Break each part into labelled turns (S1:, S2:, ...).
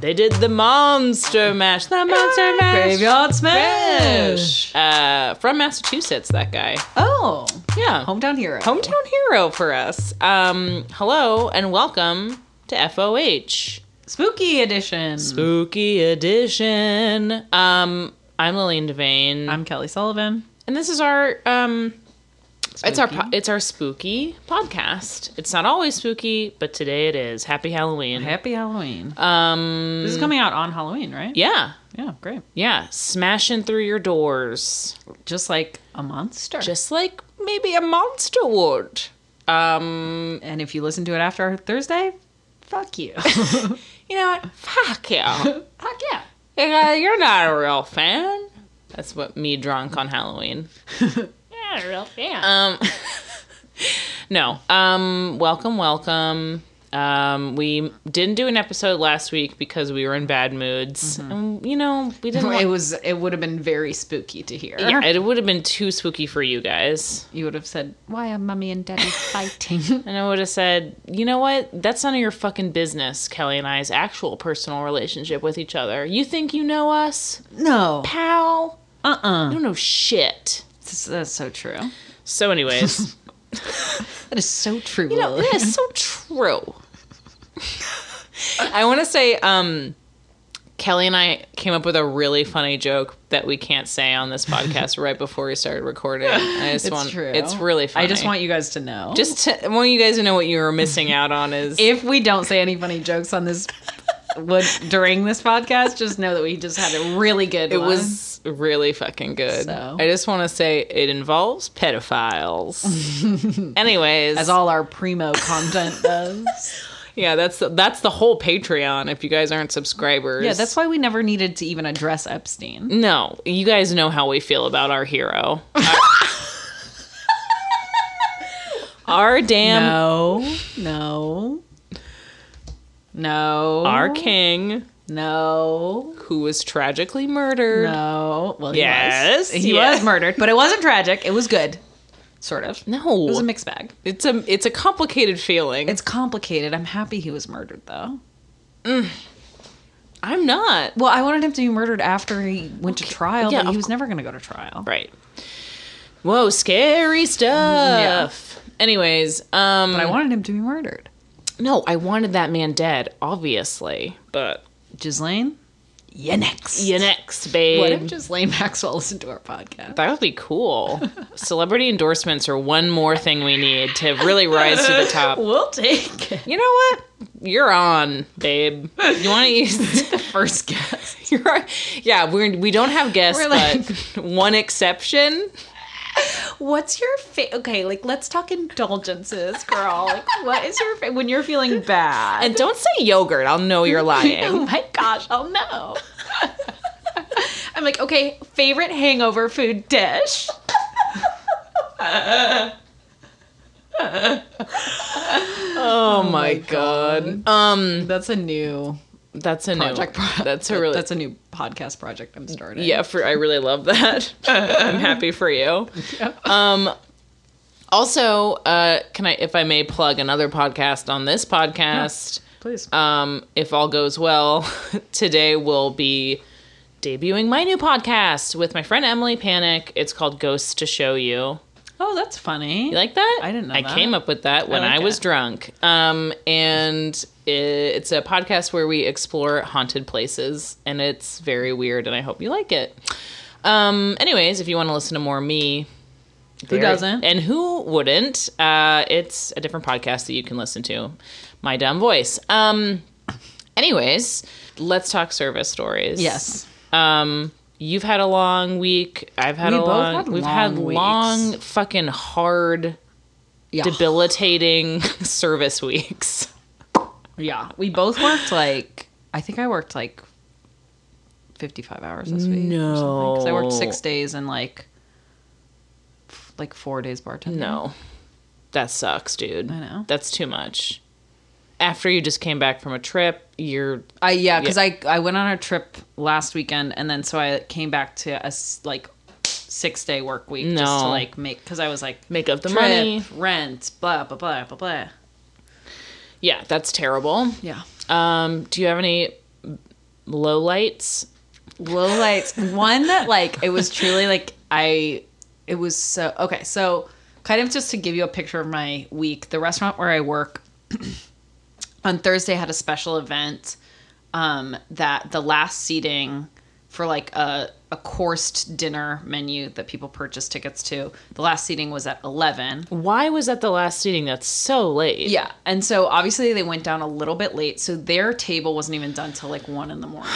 S1: They did the Monster Mash. The Monster Mash.
S2: Graveyard Smash.
S1: Uh, from Massachusetts, that guy.
S2: Oh,
S1: Yeah.
S2: hometown hero.
S1: Hometown hero for us. Um, hello and welcome to FOH.
S2: spooky edition.
S1: Spooky edition. Um, I'm Lillian Devane.
S2: I'm Kelly Sullivan.
S1: and this is our um it's our po-
S2: Spooky.
S1: it's our spooky podcast. It's not always spooky, but today it is. Happy Halloween.
S2: Happy Halloween.
S1: Um
S2: this is coming out on Halloween, right?
S1: yeah.
S2: Mm. Yeah, great.
S1: Yeah, smashing through your doors.
S2: Just like a monster.
S1: Just like maybe a monster would. Um,
S2: and if you listen to it after Thursday, fuck you.
S1: you know what? Fuck you.
S2: fuck yeah.
S1: Yeah, you're not a real fan. That's what me drunk on Halloween.
S2: Yeah, real fan.
S1: Um, no. Um, welcome, welcome. Um, we didn't do an episode last week because we were in bad moods, and you know we didn't.
S2: it
S1: want-
S2: was. It would have been very spooky to hear.
S1: yeah, it would have been too spooky for you guys,
S2: You would have said, "Why are mummy and daddy fighting?"
S1: and I would have said, you know what? That's none of your fucking business. Kelly and I's actual personal relationship with each other. You think you know us,
S2: no.
S1: pal?
S2: Uh. uh
S1: You don't know shit.
S2: That's so true.
S1: So, anyways.
S2: That is so true.
S1: You know,
S2: Lily.
S1: that is so true. I want to say, um, Kelly and I came up with a really funny joke that we can't say on this podcast right before we started recording. I just
S2: It's
S1: want,
S2: true.
S1: It's really funny.
S2: I just want you guys to know.
S1: just to, I want you guys to know what you were missing out on is
S2: if we don't say any funny jokes on this would during this podcast, just know that we just had a really good
S1: it was really fucking good.
S2: So.
S1: I just want to say it involves pedophiles. Anyways,
S2: as all our primo content does.
S1: yeah, that's that's the whole Patreon. If you guys aren't subscribers,
S2: yeah, that's why we never needed to even address Epstein.
S1: No, you guys know how we feel about our hero. our damn,
S2: No. No. No.
S1: our king,
S2: No.
S1: who was tragically murdered. No.
S2: No. Well, he
S1: Yes,
S2: was. He
S1: yes.
S2: was murdered, but it wasn't tragic. It was good. Sort of. It was a mixed bag.
S1: it's a it's a complicated feeling.
S2: It's complicated. I'm happy he was murdered, though.
S1: I'm not
S2: Well, I wanted him to be murdered after he went to trial,
S1: Yeah,
S2: but
S1: of
S2: he was never going to go to trial.
S1: right. Whoa, scary stuff. Anyways, um,
S2: But I wanted him to be murdered.
S1: no, I wanted that man dead, obviously. But
S2: Ghislaine, you next.
S1: you next, babe.
S2: What if Ghislaine Maxwell listened to our podcast?
S1: That would be cool. Celebrity endorsements are one more thing we need to really rise to the top.
S2: We'll take it.
S1: You know what? You're on, babe. You want to use?
S2: First guess.
S1: You're on. Yeah, we we don't have guests,
S2: We're like-
S1: but one exception.
S2: What's your fa- okay? Like, let's talk indulgences, girl. Like, what is your fa- when you're feeling bad?
S1: And don't say yogurt. I'll know you're lying.
S2: oh my gosh, I'll know. I'm like, okay, favorite hangover food dish.
S1: Oh, my god. Um,
S2: That's a new
S1: that's a
S2: project.
S1: new.
S2: pro-
S1: That's a really.
S2: that's a new podcast project I'm starting.
S1: yeah. For I really love that. I'm happy for you. Um. Also, uh, can I, if I may, plug another podcast on this podcast?
S2: please.
S1: um, if all goes well, today we'll be debuting my new podcast with my friend Emily Panic. It's called Ghosts to Show You.
S2: oh, that's funny.
S1: You like that?
S2: I didn't know
S1: I
S2: that.
S1: came up with that when I,
S2: like
S1: was
S2: it.
S1: drunk. Um, and i- it's a podcast where we explore haunted places, and it's very weird, and I hope you like it. Um, anyways, if you want to listen to more me,
S2: Who doesn't?
S1: And who wouldn't? Uh, it's a different podcast that you can listen to. My dumb voice. Um, anyways, let's talk service stories.
S2: Yes.
S1: Um, you've had a long week. I've had
S2: We
S1: a
S2: both
S1: long.
S2: had
S1: we've
S2: long
S1: had
S2: weeks.
S1: long, fucking hard,
S2: Yeah.
S1: debilitating service weeks.
S2: yeah. We both worked like I think I worked like 55 hours this week. or something, 'cause I worked 6
S1: No.
S2: days and like f- like 4 days bartending.
S1: No, that sucks, dude.
S2: I know.
S1: That's too much. After you just came back from a trip, you're
S2: I yeah, cuz I I went on a trip last weekend and then so I came back to a s- like 6 day work week just to
S1: No.
S2: like make cuz I was like
S1: make up the
S2: trip,
S1: money.
S2: rent, blah blah blah blah blah.
S1: Yeah, that's terrible.
S2: Yeah.
S1: Um, do you have any low lights.
S2: low lights one that like it was truly like i it was so okay so kind of just to give you a picture of my week the restaurant where i work on thursday had a special event um that the last seating for like a a coursed dinner menu that people purchase tickets to the last seating was at 11
S1: Why was that the last seating? That's so late.
S2: yeah and so obviously they went down a little bit late so their table wasn't even done till like one in the morning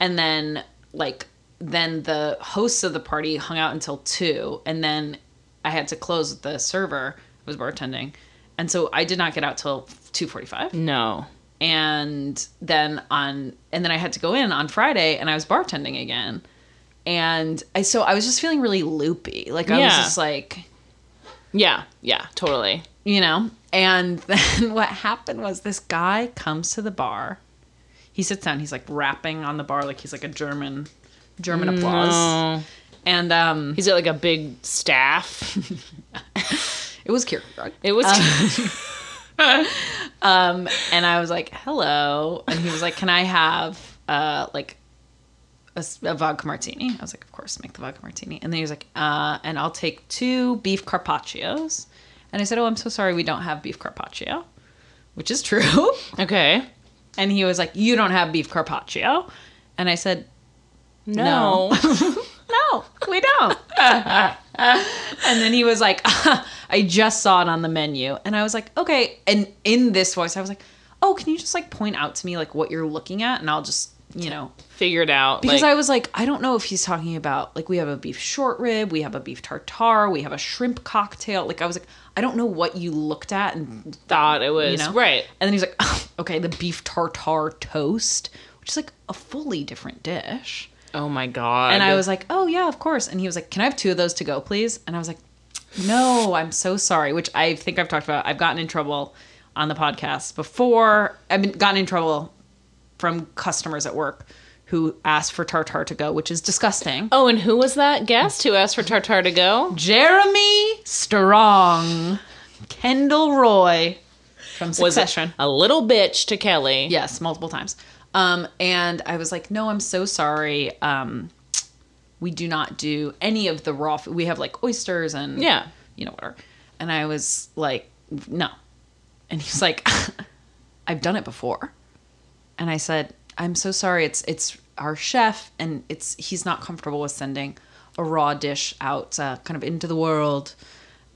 S2: and then like then the hosts of the party hung out until two and then i had to close with the server i was bartending and so i did not get out till
S1: Mm.
S2: 2.45
S1: No.
S2: and then on and then i had to go in on friday and i was bartending again and i so i was just feeling really loopy like i was
S1: Yeah.
S2: just like
S1: Yeah. Yeah. Totally.
S2: you know and then what happened was this guy comes to the bar he sits down he's like rapping on the bar like he's like a german german applause
S1: No.
S2: and um
S1: He's at like a big staff.
S2: it was Kierkegaard.
S1: It was.
S2: Uh, um and i was like hello and he was like can i have uh like a, s- a vodka martini i was like of course make the vodka martini and then he was like uh and i'll take two beef carpaccios and i said oh i'm so sorry we don't have beef carpaccio which is true
S1: okay.
S2: And he was like, You don't have beef carpaccio. And I said,
S1: No.
S2: No, we don't. and then he was like, I just saw it on the menu. And I was like, Okay. And in this voice, I was like, Oh, can you just like point out to me like what you're looking at? And I'll just, you know,
S1: Figured out.
S2: because
S1: like,
S2: I was like, I don't know if he's talking about like we have a beef short rib, we have a beef tartare, we have a shrimp cocktail. Like I was like, I don't know what you looked at and
S1: thought it was
S2: you know?
S1: right.
S2: And then he's like, okay, the beef tartare toast, which is like a fully different dish.
S1: Oh my god.
S2: And I was like, oh, yeah, of course. And he was like, can I have two of those to go, please? And I was like, no, I'm so sorry, which I think I've talked about. I've gotten in trouble on the podcast before. I've been, gotten in trouble from customers at work who asked for tartare to go, which is disgusting.
S1: Oh, and who was that guest who asked for tartar to go?
S2: Jeremy Strong, Kendall Roy from
S1: Was it
S2: Succession.
S1: a little bitch to Kelly?
S2: Yes, multiple times. Um, and I was like, no, I'm so sorry. Um, we do not do any of the raw food. We have like oysters and,
S1: Yeah.
S2: you know, whatever. And I was like, no. And he was like, I've done it before. And I said, I'm so sorry. It's, it's our chef and it's, he's not comfortable with sending a raw dish out uh, kind of into the world.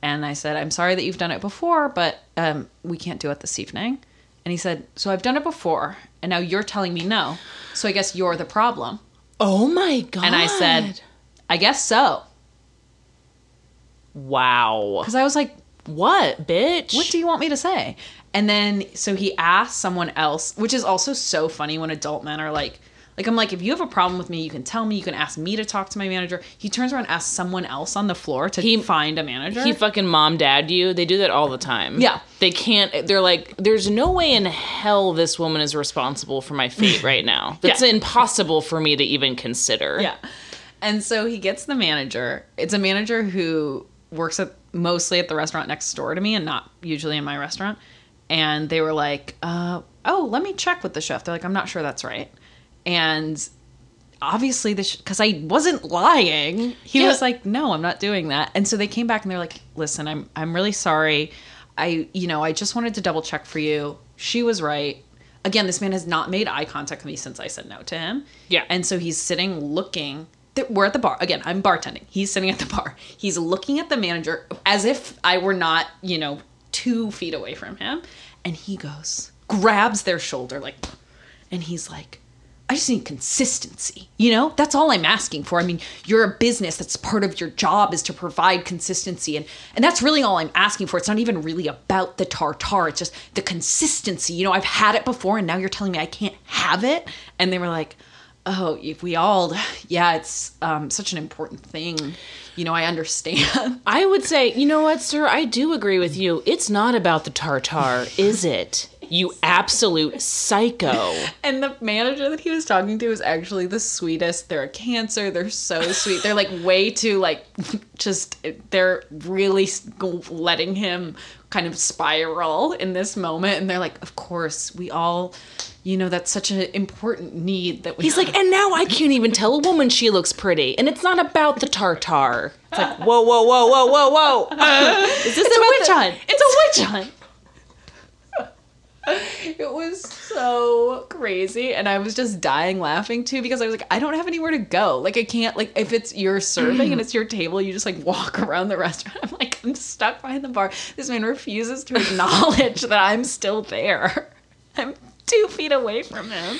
S2: And I said, I'm sorry that you've done it before, but um, we can't do it this evening. And he said, So I've done it before, and now you're telling me no. So I guess you're the problem.
S1: Oh my god.
S2: And I said, I guess so.
S1: Wow.
S2: Because I was like,
S1: What, bitch?
S2: What do you want me to say? And then, so he asked someone else, which is also so funny when adult men are like, like I'm like, if you have a problem with me, you can tell me. You can ask me to talk to my manager. He turns around and asks someone else on the floor to
S1: He-
S2: find a manager.
S1: he fucking mom dad you. They do that all the time.
S2: Yeah.
S1: They can't they're like there's no way in hell this woman is responsible for my fate right now. That's
S2: Yeah.
S1: impossible for me to even consider.
S2: Yeah. And so he gets the manager. It's a manager who works at mostly at the restaurant next door to me and not usually in my restaurant. And they were like, uh, oh, let me check with the chef. They're like, I'm not sure that's right. And obviously, this, because I wasn't lying, he
S1: Yeah.
S2: was like, no, I'm not doing that. And so they came back and they're like, listen, I'm, I'm really sorry. I, you know, I just wanted to double check for you. She was right. Again, this man has not made eye contact with me since I said no to him.
S1: Yeah.
S2: And so he's sitting looking. th- We're at the bar. Again, I'm bartending. He's sitting at the bar. He's looking at the manager as if I were not, you know, two feet away from him. And he goes, grabs their shoulder, like, and he's like, I just need consistency. You know, that's all I'm asking for. I mean, you're a business. That's part of your job is to provide consistency. And, and that's really all I'm asking for. It's not even really about the tartar. It's just the consistency. You know, I've had it before and now you're telling me I can't have it. And they were like, oh, if we all, yeah, it's um, such an important thing. You know, I understand.
S1: I would say, you know what, sir, I do agree with you. It's not about the tartar, is it? You absolute psycho.
S2: And the manager that he was talking to is actually the sweetest. They're a cancer. They're so sweet. They're like way too like just they're really s- letting him kind of spiral in this moment. And they're like, of course, we all, you know, that's such an important need that we.
S1: He's like, and now I can't even tell a woman she looks pretty. And it's not about the tartar. It's like, whoa, whoa, whoa, whoa, whoa, whoa. Uh, is this
S2: it's a
S1: about
S2: witch
S1: the-
S2: hunt. It's a witch hunt. It was so crazy, and I was just dying laughing too because I was like, I don't have anywhere to go. Like, I can't. Like, if it's your serving and it's your table, you just like walk around the restaurant. I'm like, I'm stuck behind the bar. This man refuses to acknowledge that I'm still there. I'm two feet away from him.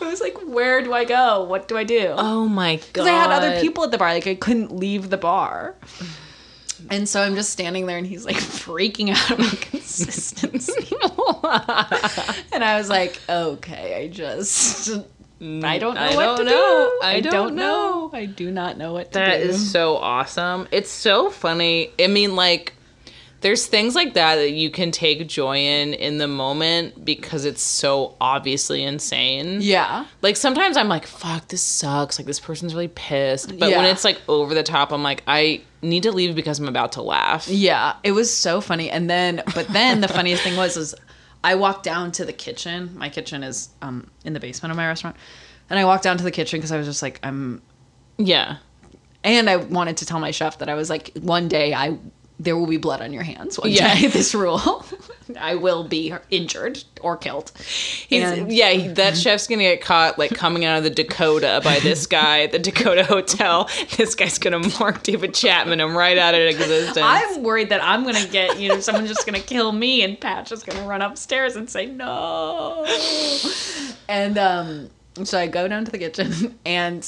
S2: I was like, where do I go? What do I do?
S1: Oh my god.
S2: because I had other people at the bar. Like I couldn't leave the bar. And so I'm just standing there, and he's like freaking out about consistency. and I was like, okay, I just, Mm, I don't know
S1: I
S2: what
S1: don't
S2: to
S1: know.
S2: do.
S1: I don't
S2: know. I do not know what to
S1: That
S2: do.
S1: is so awesome. It's so funny. I mean, like, there's things like that that you can take joy in in the moment because it's so obviously insane.
S2: yeah,
S1: Like, sometimes I'm like, fuck, this sucks. Like, this person's really pissed. But when
S2: Yeah.
S1: it's like over the top, I'm like, I need to leave because I'm about to laugh.
S2: yeah. It was so funny. And then, but then the funniest thing was, is I walked down to the kitchen. My kitchen is um in the basement of my restaurant, and I walked down to the kitchen because I was just like, I'm
S1: Yeah.
S2: and I wanted to tell my chef that I was like, one day I there will be blood on your hands. One
S1: Yeah.
S2: day, this rule, I will be injured or killed.
S1: He's,
S2: And-
S1: yeah, he- that chef's gonna get caught like coming out of the Dakota by this guy at the Dakota Hotel. This guy's gonna mark David Chapman him right out of existence.
S2: I'm worried that I'm gonna get you know someone's just gonna kill me and Patch is gonna run upstairs and say no. And um, so I go down to the kitchen and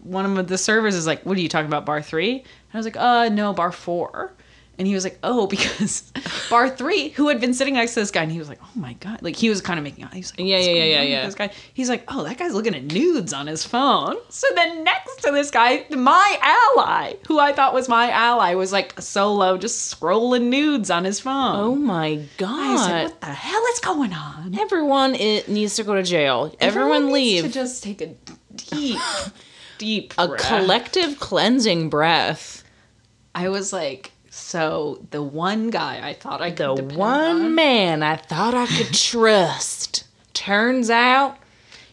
S2: one of the servers is like, "What are you talking about, bar three? And I was like, "Uh, no, bar four. And he was like, "Oh, because bar three, who had been sitting next to this guy, and he was like, "Oh my god!" Like he was kind of making out. He was like,
S1: Yeah,
S2: "What's
S1: yeah, yeah,
S2: going
S1: yeah,
S2: on with
S1: yeah.
S2: This guy, he's like, "Oh, that guy's looking at nudes on his phone." So then next to this guy, my ally, who I thought was my ally, was like solo, just scrolling nudes on his phone.
S1: oh my
S2: I was like,
S1: god!
S2: "What the hell is going on?"
S1: Everyone it needs to go to jail. Everyone,
S2: needs
S1: leave.
S2: to just take a deep, deep
S1: a
S2: breath.
S1: collective cleansing breath.
S2: I was like, so the one guy I thought I could
S1: The
S2: depend
S1: one
S2: on
S1: man I thought I could trust turns out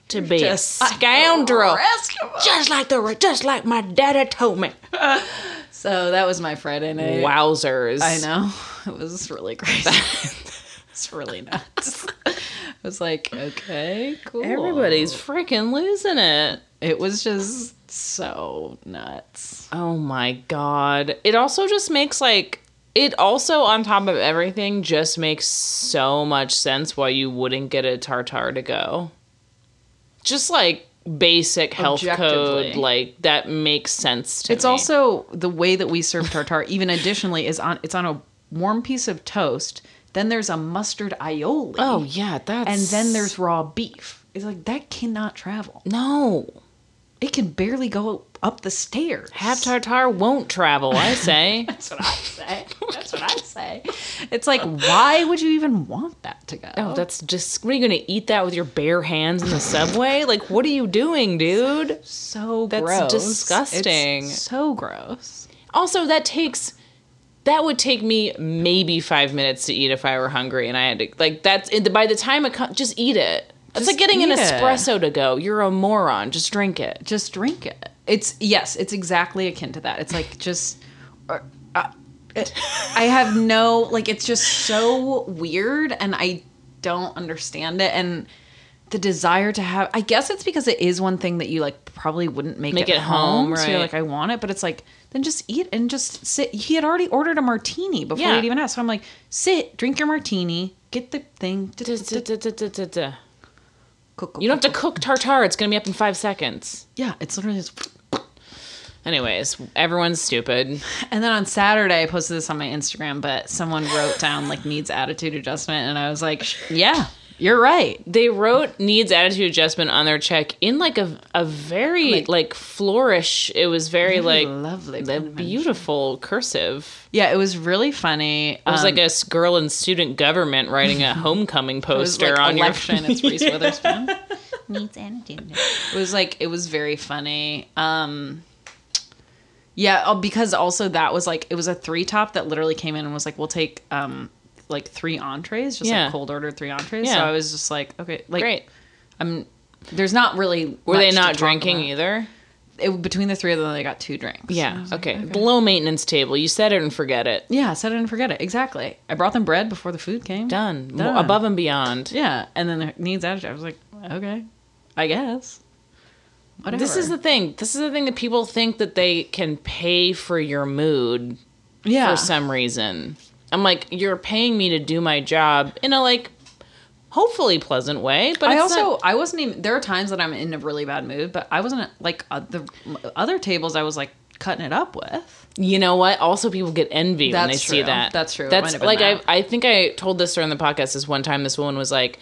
S1: to be
S2: just
S1: a scoundrel,
S2: rescuable.
S1: just like the just like my daddy told me.
S2: So that was my Friday night.
S1: Wowzers!
S2: I know it was really crazy. it's really nuts. I was like, okay, cool.
S1: Everybody's freaking losing it.
S2: It was just so nuts.
S1: Oh my god. It also just makes like it also on top of everything just makes so much sense why you wouldn't get a tartar to go. Just like basic health
S2: Objectively.
S1: code like that makes sense to
S2: It's
S1: me.
S2: also the way that we serve tartar. Even additionally, is on it's on a warm piece of toast. Then there's a mustard aioli.
S1: Oh yeah, that's
S2: and then there's raw beef. It's like that cannot travel.
S1: No.
S2: It can barely go up the stairs.
S1: Half tartar won't travel, I say.
S2: That's what I say. That's what I say. It's like, why would you even want that to go?
S1: Oh, that's just what are you gonna eat that with your bare hands in the subway? like what are you doing, dude?
S2: so
S1: that's
S2: gross.
S1: disgusting.
S2: It's so gross.
S1: Also, that takes that would take me maybe five minutes to eat if I were hungry, and I had to like that's and by the time it comes, just eat it. It's
S2: Just
S1: like getting an
S2: eat it.
S1: espresso to go. You're a moron. Just drink it.
S2: Just drink it. It's yes, it's exactly akin to that. It's like just or, uh, it- I have no like it's just so weird and I don't understand it and the desire to have I guess it's because it is one thing that you like probably wouldn't make,
S1: Make
S2: at
S1: it home,
S2: So you're
S1: right.
S2: like I want it, but it's like then just eat and just sit. He had already ordered a martini before
S1: Yeah.
S2: he'd even asked. So I'm like, sit, drink your martini, get the thing.
S1: Duh, duh, duh, duh, duh, duh, duh.
S2: cook, cook,
S1: You don't have to cook tartar. It's gonna be up in five seconds.
S2: Yeah, it's literally just
S1: Anyways, everyone's stupid.
S2: And then on Saturday, I posted this on my Instagram, but someone wrote down like needs attitude adjustment, and I was like, yeah, You're right.
S1: They wrote needs attitude adjustment on their check in like a a very like,
S2: Like-
S1: flourish. It was very like
S2: lovely
S1: the
S2: penmanship.
S1: beautiful cursive.
S2: Yeah, it was really funny.
S1: It
S2: Um,
S1: was like a s- girl in student government writing a homecoming poster on
S2: election.
S1: your
S2: It's Reese Witherspoon.
S3: needs attitude.
S2: It was like it was very funny. Um Yeah, oh, because also that was like it was a three top that literally came in and was like, We'll take um like three entrees, just
S1: Yeah.
S2: like cold ordered three entrees. So
S1: Yeah.
S2: I was just like, okay, like
S1: Great.
S2: I'm there's not really
S1: Were they
S2: much to
S1: not
S2: talk
S1: drinking
S2: about.
S1: either?
S2: It, between the three of them they got two drinks. And I
S1: Yeah.
S2: was like,
S1: Okay. Low maintenance table. You set it and forget it.
S2: Yeah, set it and forget it. Exactly. I brought them bread before the food came.
S1: Done. Mo-
S2: Done.
S1: Above and beyond.
S2: Yeah, and then it needs attitude. I was like, okay, I guess. Whatever.
S1: This is the thing. This is the thing that people think that they can pay for your mood
S2: yeah.
S1: for some reason. I'm like, you're paying me to do my job in a like hopefully pleasant way, but
S2: I
S1: it's
S2: also
S1: not-
S2: I wasn't even. There are times that I'm in a really bad mood, but I wasn't like uh, the other tables. I was like cutting it up with.
S1: you know what? Also, people get envy when they
S2: That's
S1: see
S2: true.
S1: that.
S2: That's true. It might
S1: That's
S2: have been
S1: like
S2: that.
S1: I I think I told this story on the podcast. This one time, this woman was like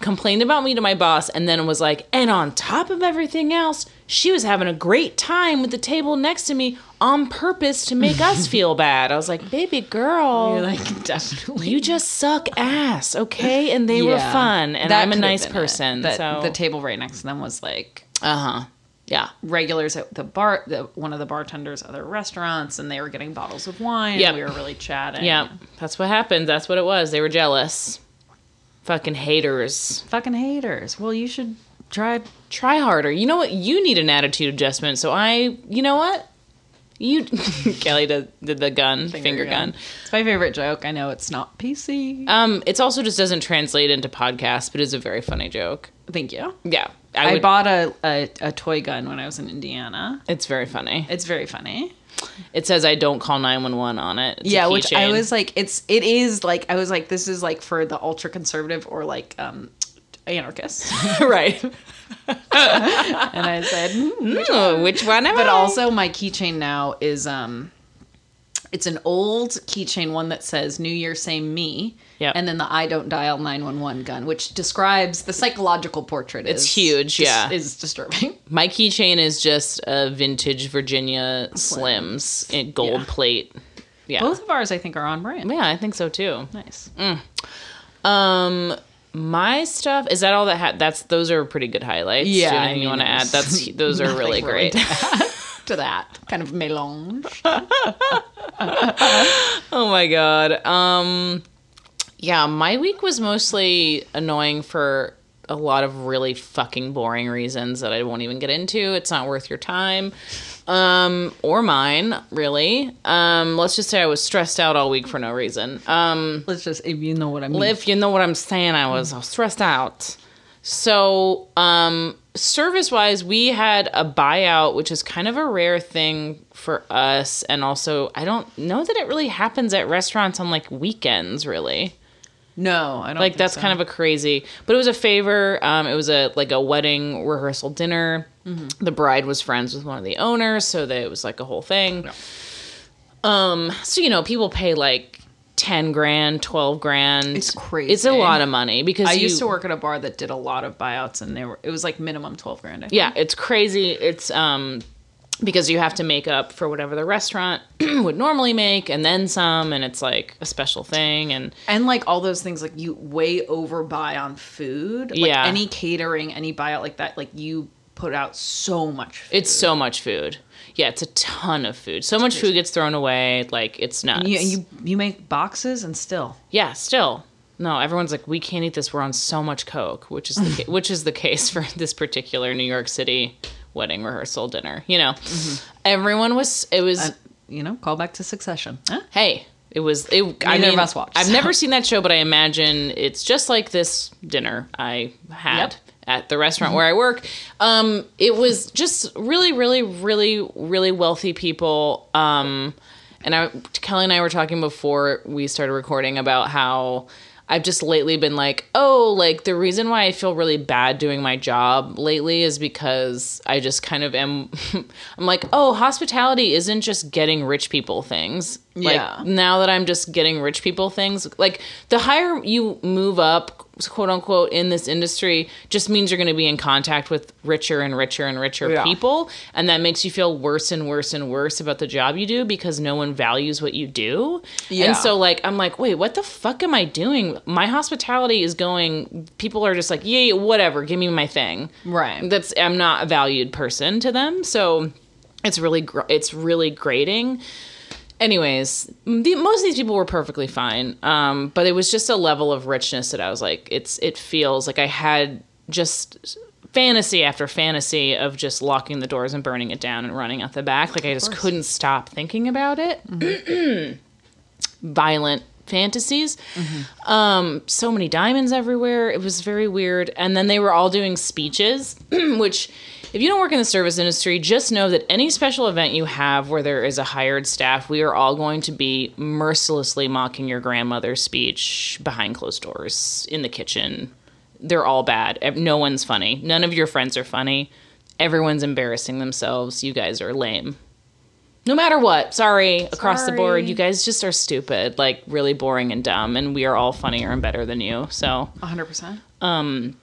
S1: complained about me to my boss, and then was like, and on top of everything else, she was having a great time with the table next to me on purpose to make us feel bad. I was like, baby girl.
S2: You're like definitely.
S1: you just suck ass, okay? And they were
S2: Yeah.
S1: fun, and
S2: That
S1: I'm a
S2: could have
S1: nice
S2: been it.
S1: person.
S2: That-
S1: so
S2: the table right next to them was like
S1: Uh huh. Yeah.
S2: regulars at the bar, the, one of the bartenders at other restaurants, and they were getting bottles of wine.
S1: Yep.
S2: and we were really chatting.
S1: Yeah. That's what happened. That's what it was. They were jealous. Fucking haters.
S2: fucking haters. Well, you should try.
S1: Try harder. You know what? You need an attitude adjustment. So I, you know what? You, Kelly did, did the gun, finger, gun.
S2: It's my favorite joke. I know it's not PC.
S1: Um, it's also just doesn't translate into podcasts, but it's a very funny joke.
S2: Thank you.
S1: Yeah.
S2: I,
S1: I, would,
S2: bought a, a, a toy gun when I was in Indiana.
S1: It's very funny.
S2: It's very funny.
S1: It says I don't call 911 on it. It's a
S2: yeah, which I
S1: keychain.
S2: was like, it's it is like I was like, this is like for the ultra conservative or like um anarchist.
S1: right.
S2: and I said, "Hmm."
S1: Ooh, which one am
S2: but
S1: I?
S2: also my keychain now is um, it's an old keychain one that says New Year, same me.
S1: Yep.
S2: And then the I don't dial nine one one gun, which describes the psychological portrait.
S1: It's
S2: is-
S1: huge,
S2: dis-
S1: yeah.
S2: is disturbing.
S1: My keychain is just a vintage Virginia Slims in gold
S2: Yeah.
S1: plate. Yeah.
S2: Both of ours, I think, are on brand.
S1: Yeah, I think so too.
S2: Nice.
S1: Um my stuff is that all that ha- that's those are pretty good highlights. Do you have
S2: Yeah, I
S1: anything you
S2: mean,
S1: want to add?
S2: there's
S1: That's those are really
S2: nothing
S1: great.
S2: to that kind of melange.
S1: oh my god. Um yeah, my week was mostly annoying for a lot of really fucking boring reasons that I won't even get into. It's not worth your time. Um or mine, really. Um let's just say I was stressed out all week for no reason. Um
S2: Let's just, if you know what I mean.
S1: if you know what I'm saying, I was stressed out. So, um, service wise, we had a buyout, which is kind of a rare thing for us. And also, I don't know that it really happens at restaurants on like weekends, really.
S2: No, I don't.
S1: Like, that's kind of a crazy, but it was a favor. Um, it was a like a wedding rehearsal dinner.
S2: Mm-hmm.
S1: The bride was friends with one of the owners, so that it was like a whole thing. Um, so you know, people pay like 10 grand, 12 grand.
S2: It's crazy.
S1: It's a lot of money because
S2: I
S1: you-
S2: used to work at a bar that did a lot of buyouts, and they were it was like minimum twelve grand. I think.
S1: Yeah, it's crazy. It's um because you have to make up for whatever the restaurant would normally make and then some and it's like a special thing and
S2: and like all those things, like you way overbuy on food. Like
S1: Yeah.
S2: any catering, any buyout like that, like you put out so much. Food.
S1: it's so much food. Yeah, it's a ton of food. So much food gets thrown away, like it's nuts.
S2: you, you you make boxes and still
S1: yeah, still. No, everyone's like, we can't eat this. We're on so much coke, which is the ca- which is the case for this particular New York City wedding rehearsal dinner. You know,
S2: Mm-hmm.
S1: everyone was it was
S2: uh, you know call back to Succession. Huh?
S1: hey it was it i
S2: Neither
S1: mean,
S2: of us watched,
S1: i've
S2: so.
S1: never seen that show but i imagine it's just like this dinner i had
S2: Yep.
S1: at the restaurant where i work um it was just really really really really wealthy people um and i kelly and i were talking before we started recording about how I've just lately been like, oh, like the reason why I feel really bad doing my job lately is because I just kind of am. I'm like, oh, hospitality isn't just getting rich people things. Like
S2: Yeah.
S1: now that I'm just getting rich people things, like the higher you move up, quote unquote, in this industry, just means you're going to be in contact with richer and richer and richer
S2: Yeah.
S1: people, and that makes you feel worse and worse and worse about the job you do because no one values what you do.
S2: Yeah.
S1: And so like I'm like, "Wait, what the fuck am I doing? My hospitality is going people are just like, "Yeah, yeah, whatever, give me my thing."
S2: Right.
S1: That's I'm not a valued person to them. So it's really gr- it's really grating anyways the, most of these people were perfectly fine um, but it was just a level of richness that i was like it's it feels like i had just fantasy after fantasy of just locking the doors and burning it down and running out the back like i just couldn't stop thinking about it violent fantasies um, so many diamonds everywhere it was very weird and then they were all doing speeches which if you don't work in the service industry just know that any special event you have where there is a hired staff we are all going to be mercilessly mocking your grandmother's speech behind closed doors in the kitchen they're all bad Ev- no one's funny none of your friends are funny everyone's embarrassing themselves you guys are lame no matter what sorry across the board
S2: Sorry.
S1: you guys just are stupid like really boring and dumb and we are all funnier and better than you so
S2: 100%.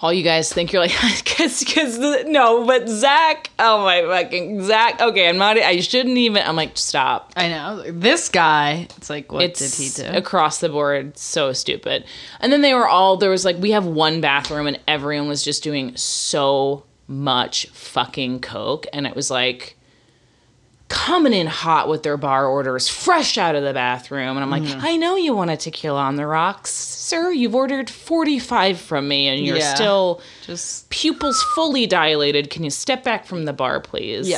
S1: all you guys think you're like because because no but zach oh my fucking zach okay i'm not i shouldn't even i'm like stop
S2: I know. This guy, it's like, what
S1: it's
S2: did he do?
S1: across the board so stupid and then they were all there was like we have one bathroom and everyone was just doing so much fucking coke and it was like coming in hot with their bar orders fresh out of the bathroom and i'm like
S2: Mm-hmm.
S1: i know you want a tequila on the rocks sir you've ordered 45 from me and you're
S2: Yeah.
S1: still
S2: Just
S1: pupils fully dilated can you step back from the bar please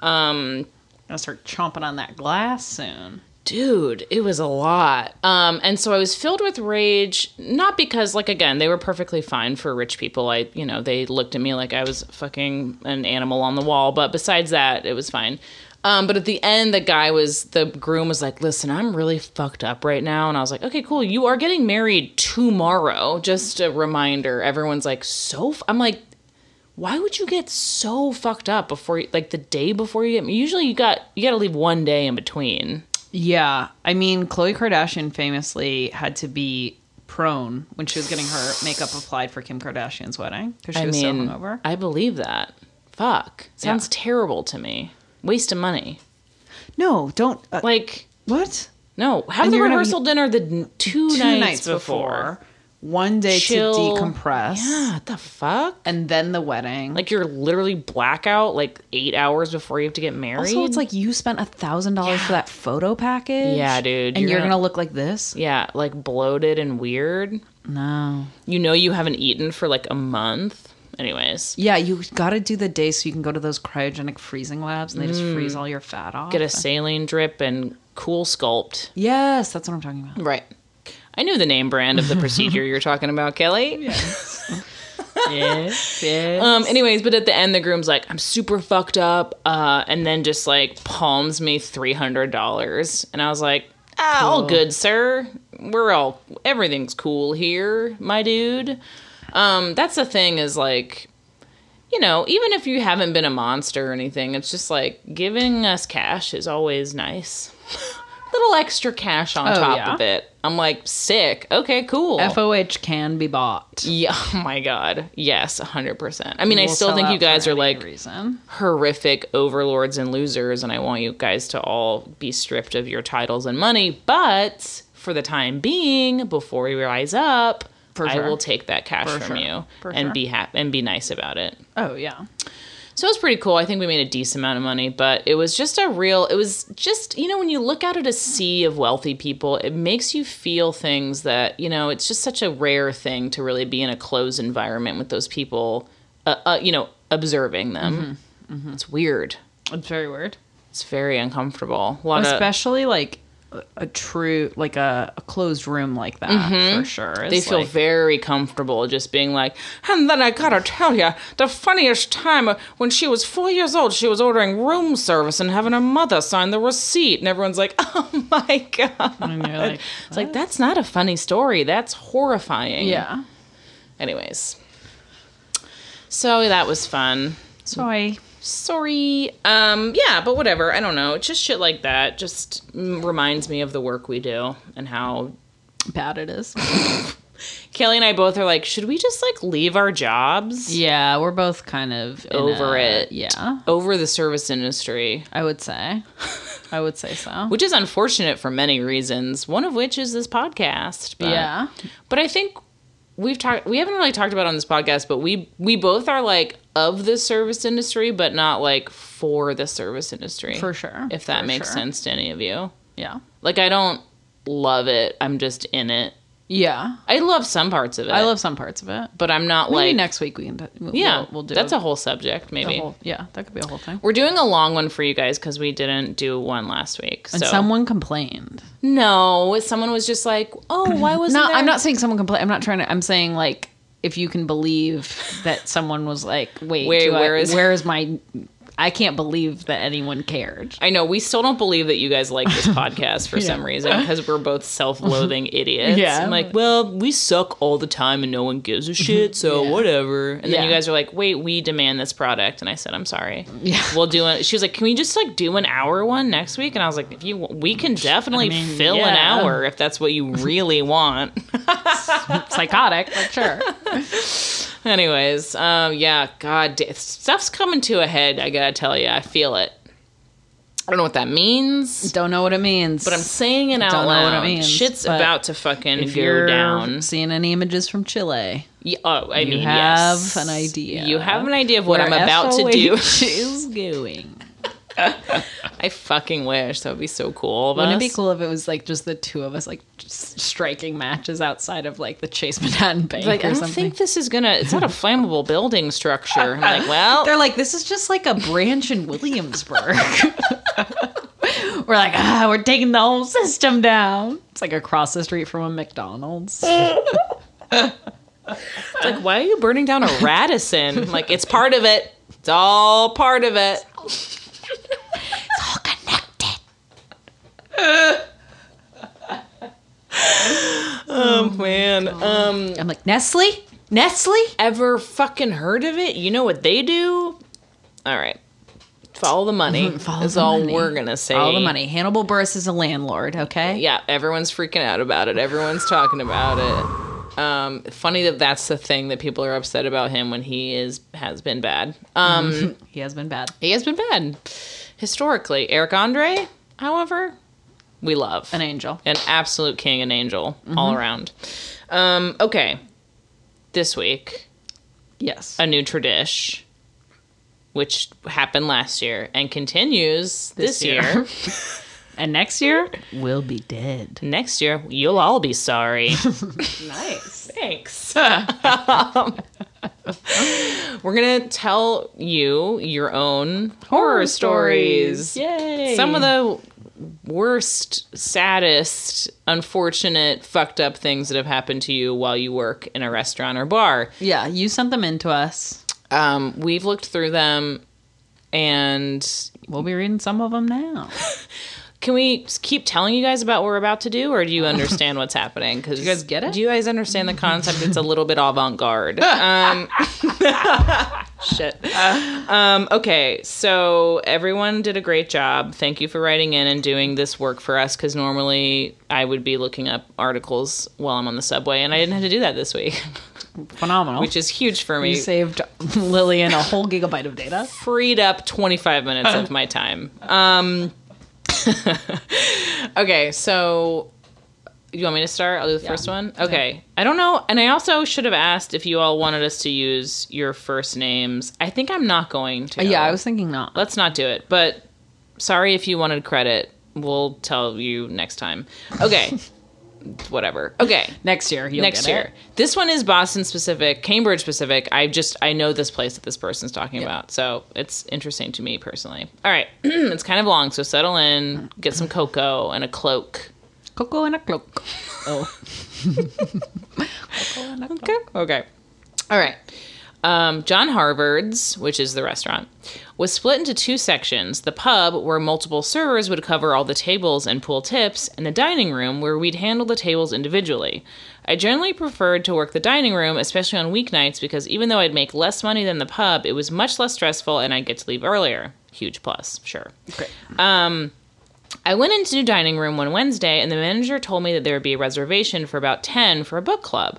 S2: Um,
S1: Um,
S2: gonna start chomping on that glass soon.
S1: dude it was a lot um and so i was filled with rage not because like again they were perfectly fine for rich people i you know they looked at me like i was fucking an animal on the wall but besides that it was fine um but at the end the guy was the groom was like listen i'm really fucked up right now and i was like okay cool you are getting married tomorrow just a reminder everyone's like so f-. i'm like why would you get so fucked up before you- like the day before you get usually you got you got to leave one day in between
S2: Yeah, I mean, Khloe Kardashian famously had to be prone when she was getting her makeup applied for Kim Kardashian's wedding because she was so hungover.
S1: I believe that. Fuck. Sounds terrible to me. Waste of money.
S2: No, don't. Uh,
S1: Like,
S2: what?
S1: no. Have
S2: And
S1: the
S2: you're gonna
S1: rehearsal dinner the n- two,
S2: Two
S1: nights,
S2: nights,
S1: before.
S2: before, one day
S1: Chill.
S2: to decompress,
S1: Yeah, what the fuck?
S2: and then the wedding.
S1: Like, you're literally blackout like eight hours before you have to get married.
S2: also, it's like you spent a thousand dollars for that photo package.
S1: Yeah, dude,
S2: and
S1: you're
S2: you're,
S1: gonna-
S2: gonna, look like this.
S1: yeah, like bloated and weird.
S2: No.
S1: You know, you haven't eaten for like a month. Anyways,
S2: Yeah, you gotta do the day so you can go to those cryogenic freezing labs and they just freeze all your fat off.
S1: Mm. get a saline drip and cool sculpt.
S2: yes, that's what I'm talking about.
S1: Right. I knew the name brand of the procedure you're talking about, Kelly.
S2: Oh, yes,
S1: Um, anyways, but at the end, the groom's like, I'm super fucked up. Uh, and then just like palms me $300. And I was like, ah, all good, sir. We're all, everything's cool here, my dude. Um, that's the thing is like, you know, even if you haven't been a monster or anything, it's just like giving us cash is always nice. Little extra cash on
S2: Oh,
S1: top
S2: yeah?
S1: of it. I'm like, sick. Okay, cool.
S2: FOH can be bought.
S1: Yeah, oh my God. Yes, 100%. I mean, I
S2: We'll
S1: still
S2: sell
S1: think
S2: out
S1: you guys
S2: for
S1: are
S2: any
S1: like
S2: reason.
S1: horrific overlords and losers, and I want you guys to all be stripped of your titles and money. But for the time being, before you rise up,
S2: For
S1: I
S2: sure.
S1: will take that cash
S2: For
S1: from
S2: sure.
S1: you
S2: For
S1: and
S2: sure.
S1: be happy and be nice about it.
S2: Oh yeah,
S1: So it was pretty cool. I think we made a decent amount of money, but it was just a real, it was just, you know, when you look out at a sea of wealthy people, it makes you feel things that, you know, it's just such a rare thing to really be in a closed environment with those people, uh, uh, you know, observing them. It's weird.
S2: it's very weird.
S1: It's very uncomfortable. A lot of,
S2: Especially like a- a true, like a, a closed room like that for sure.
S1: Mm-hmm. they
S2: It's
S1: feel
S2: like-
S1: very comfortable just being like, and then I gotta tell you, the funniest time uh, when she was four years old, she was ordering room service and having her mother sign the receipt, and everyone's like, oh my god.
S2: and you're like,
S1: It's like that's not a funny story. That's horrifying.
S2: yeah.
S1: Anyways, so that was fun.
S2: So I
S1: Sorry. Um, yeah, but whatever. I don't know. It's just shit like that. Just mm, reminds me of the work we do and how
S2: Bad it is.
S1: Kelly and I both are like, should we just like leave our jobs
S2: yeah, we're both kind of in
S1: Over
S2: a-
S1: it.
S2: Yeah,
S1: over the service industry?
S2: I would say. I would say so.
S1: Which is unfortunate for many reasons. One of which is this podcast. But,
S2: yeah.
S1: But I think we've talked we haven't really talked about it on this podcast, but we we both are like of the service industry, but not like for the service industry.
S2: For sure.
S1: If that
S2: For
S1: makes
S2: sure.
S1: sense to any of you.
S2: Yeah.
S1: Like I don't love it. I'm just in it.
S2: Yeah.
S1: I love some parts of it.
S2: I love some parts of it.
S1: but I'm not
S2: Maybe
S1: like
S2: next week we can. We'll,
S1: yeah.
S2: we'll, we'll do.
S1: that's a whole subject. Maybe
S2: the whole. Yeah, that could be a whole thing.
S1: we're doing a long one for you guys because we didn't do one last week. So
S2: And someone complained.
S1: no, someone was just like, oh, why was
S2: No,
S1: there?
S2: I'm not saying someone complained. I'm not trying to. I'm saying like if you can believe that someone was like, wait,
S1: Wait,
S2: do I-
S1: where is-
S2: where is my? I can't believe that anyone cared.
S1: I know we still don't believe that you guys like this podcast for some reason because we're both self-loathing idiots.
S2: Yeah.
S1: I'm like, well, we suck all the time and no one gives a shit, so
S2: Yeah.
S1: whatever. And then you
S2: Yeah.
S1: guys are like, wait, we demand this product, and I said, I'm sorry.
S2: Yeah.
S1: We'll do it. She was like, can we just like do an hour one next week? And I was like, if you, we can definitely
S2: mean,
S1: fill an
S2: yeah.
S1: hour if that's what you really want.
S2: Psychotic, but sure.
S1: Anyways, um, yeah, God, da- stuff's coming to a head. I gotta tell you, I feel it. I don't know what that means.
S2: Don't know what it means.
S1: But I'm saying it out
S2: Don't know
S1: loud.
S2: what it means,
S1: Shit's
S2: but
S1: about to fucking
S2: if
S1: go
S2: you're
S1: down.
S2: seeing any images from Chile,
S1: Y- Oh, I mean,
S2: have
S1: yes.
S2: an idea
S1: You have an idea of what
S2: where
S1: I'm about to do.
S2: SOH is going.
S1: I fucking wish that would be so cool. all of
S2: Wouldn't it
S1: us.
S2: be cool if it was like just the two of us like just striking matches outside of like the Chase Manhattan Bank
S1: Like,
S2: or
S1: I don't
S2: something?
S1: think this is gonna. It's not a flammable building structure. I'm like, well,
S2: They're like, this is just like a branch in Williamsburg. we're like, ah, we're taking the whole system down. It's like across the street from a McDonald's.
S1: it's like, why are you burning down a Radisson? like, it's part of it. It's all part of it.
S2: all connected.
S1: Oh man. Um,
S2: I'm like, Nestle? Nestle?
S1: ever fucking heard of it? You know what they do? All right. Follow the money.
S2: follow
S1: is
S2: the
S1: all
S2: money.
S1: we're gonna say.
S2: All the money. Hannibal Burris is a landlord, okay?
S1: yeah, everyone's freaking out about it. Everyone's talking about it. Um, funny that that's the thing that people are upset about him when he is has been bad. Um,
S2: He has been bad.
S1: he has been bad historically. Eric Andre, however, we love
S2: An angel.
S1: an Mm-hmm. absolute king, an angel all around. Um, okay, this week
S2: Yes.
S1: a new tradition, which happened last year and continues this,
S2: This year.
S1: year.
S2: and next year, we'll be dead.
S1: Next year, you'll all be sorry.
S2: Nice.
S1: Thanks. we're going to tell you your own horror, stories.
S2: Yay.
S1: Some of the worst, saddest, unfortunate, fucked up things that have happened to you while you work in a restaurant or bar.
S2: Yeah, you sent them in to us.
S1: Um, we've looked through them and
S2: We'll be reading some of them now.
S1: Can we s- keep telling you guys about what we're about to do, or do you understand what's happening? Because you
S2: guys get it?
S1: Do you guys understand the concept? It's a little bit avant-garde. Um, shit.
S2: Uh.
S1: Um, okay, so everyone did a great job. Thank you for writing in and doing this work for us. Because normally I would be looking up articles while I'm on the subway, and I didn't have to do that this week,
S2: Phenomenal.
S1: which is huge for me.
S2: You saved Lillian a whole gigabyte of data.
S1: freed up 25 minutes of my time. Um, okay, so you want me to start? I'll do the first one. Okay. I don't know. And I also should have asked if you all wanted us to use your first names. I think I'm not going to.
S2: Uh, Yeah, I was thinking not.
S1: Let's not do it. But sorry if you wanted credit. We'll tell you next time. Okay. Whatever. Okay
S2: Next year, you'll
S1: next
S2: get it.
S1: year. This one is Boston specific, Cambridge specific. I just I know this place that this person's talking about, so it's interesting to me personally. All right, it's kind of long, so settle in, get some cocoa and a cloak.
S2: Cocoa and a cloak. Oh. Cocoa and a cloak.
S1: Okay. All right. Um, John Harvard's, which is the restaurant, was split into two sections the pub, where multiple servers would cover all the tables and pool tips, and the dining room, where we'd handle the tables individually. I generally preferred to work the dining room, especially on weeknights, because even though I'd make less money than the pub, it was much less stressful and I'd get to leave earlier. Huge plus, sure.
S2: Great.
S1: I went into the dining room one Wednesday, and the manager told me that there would be a reservation for about 10 for a book club.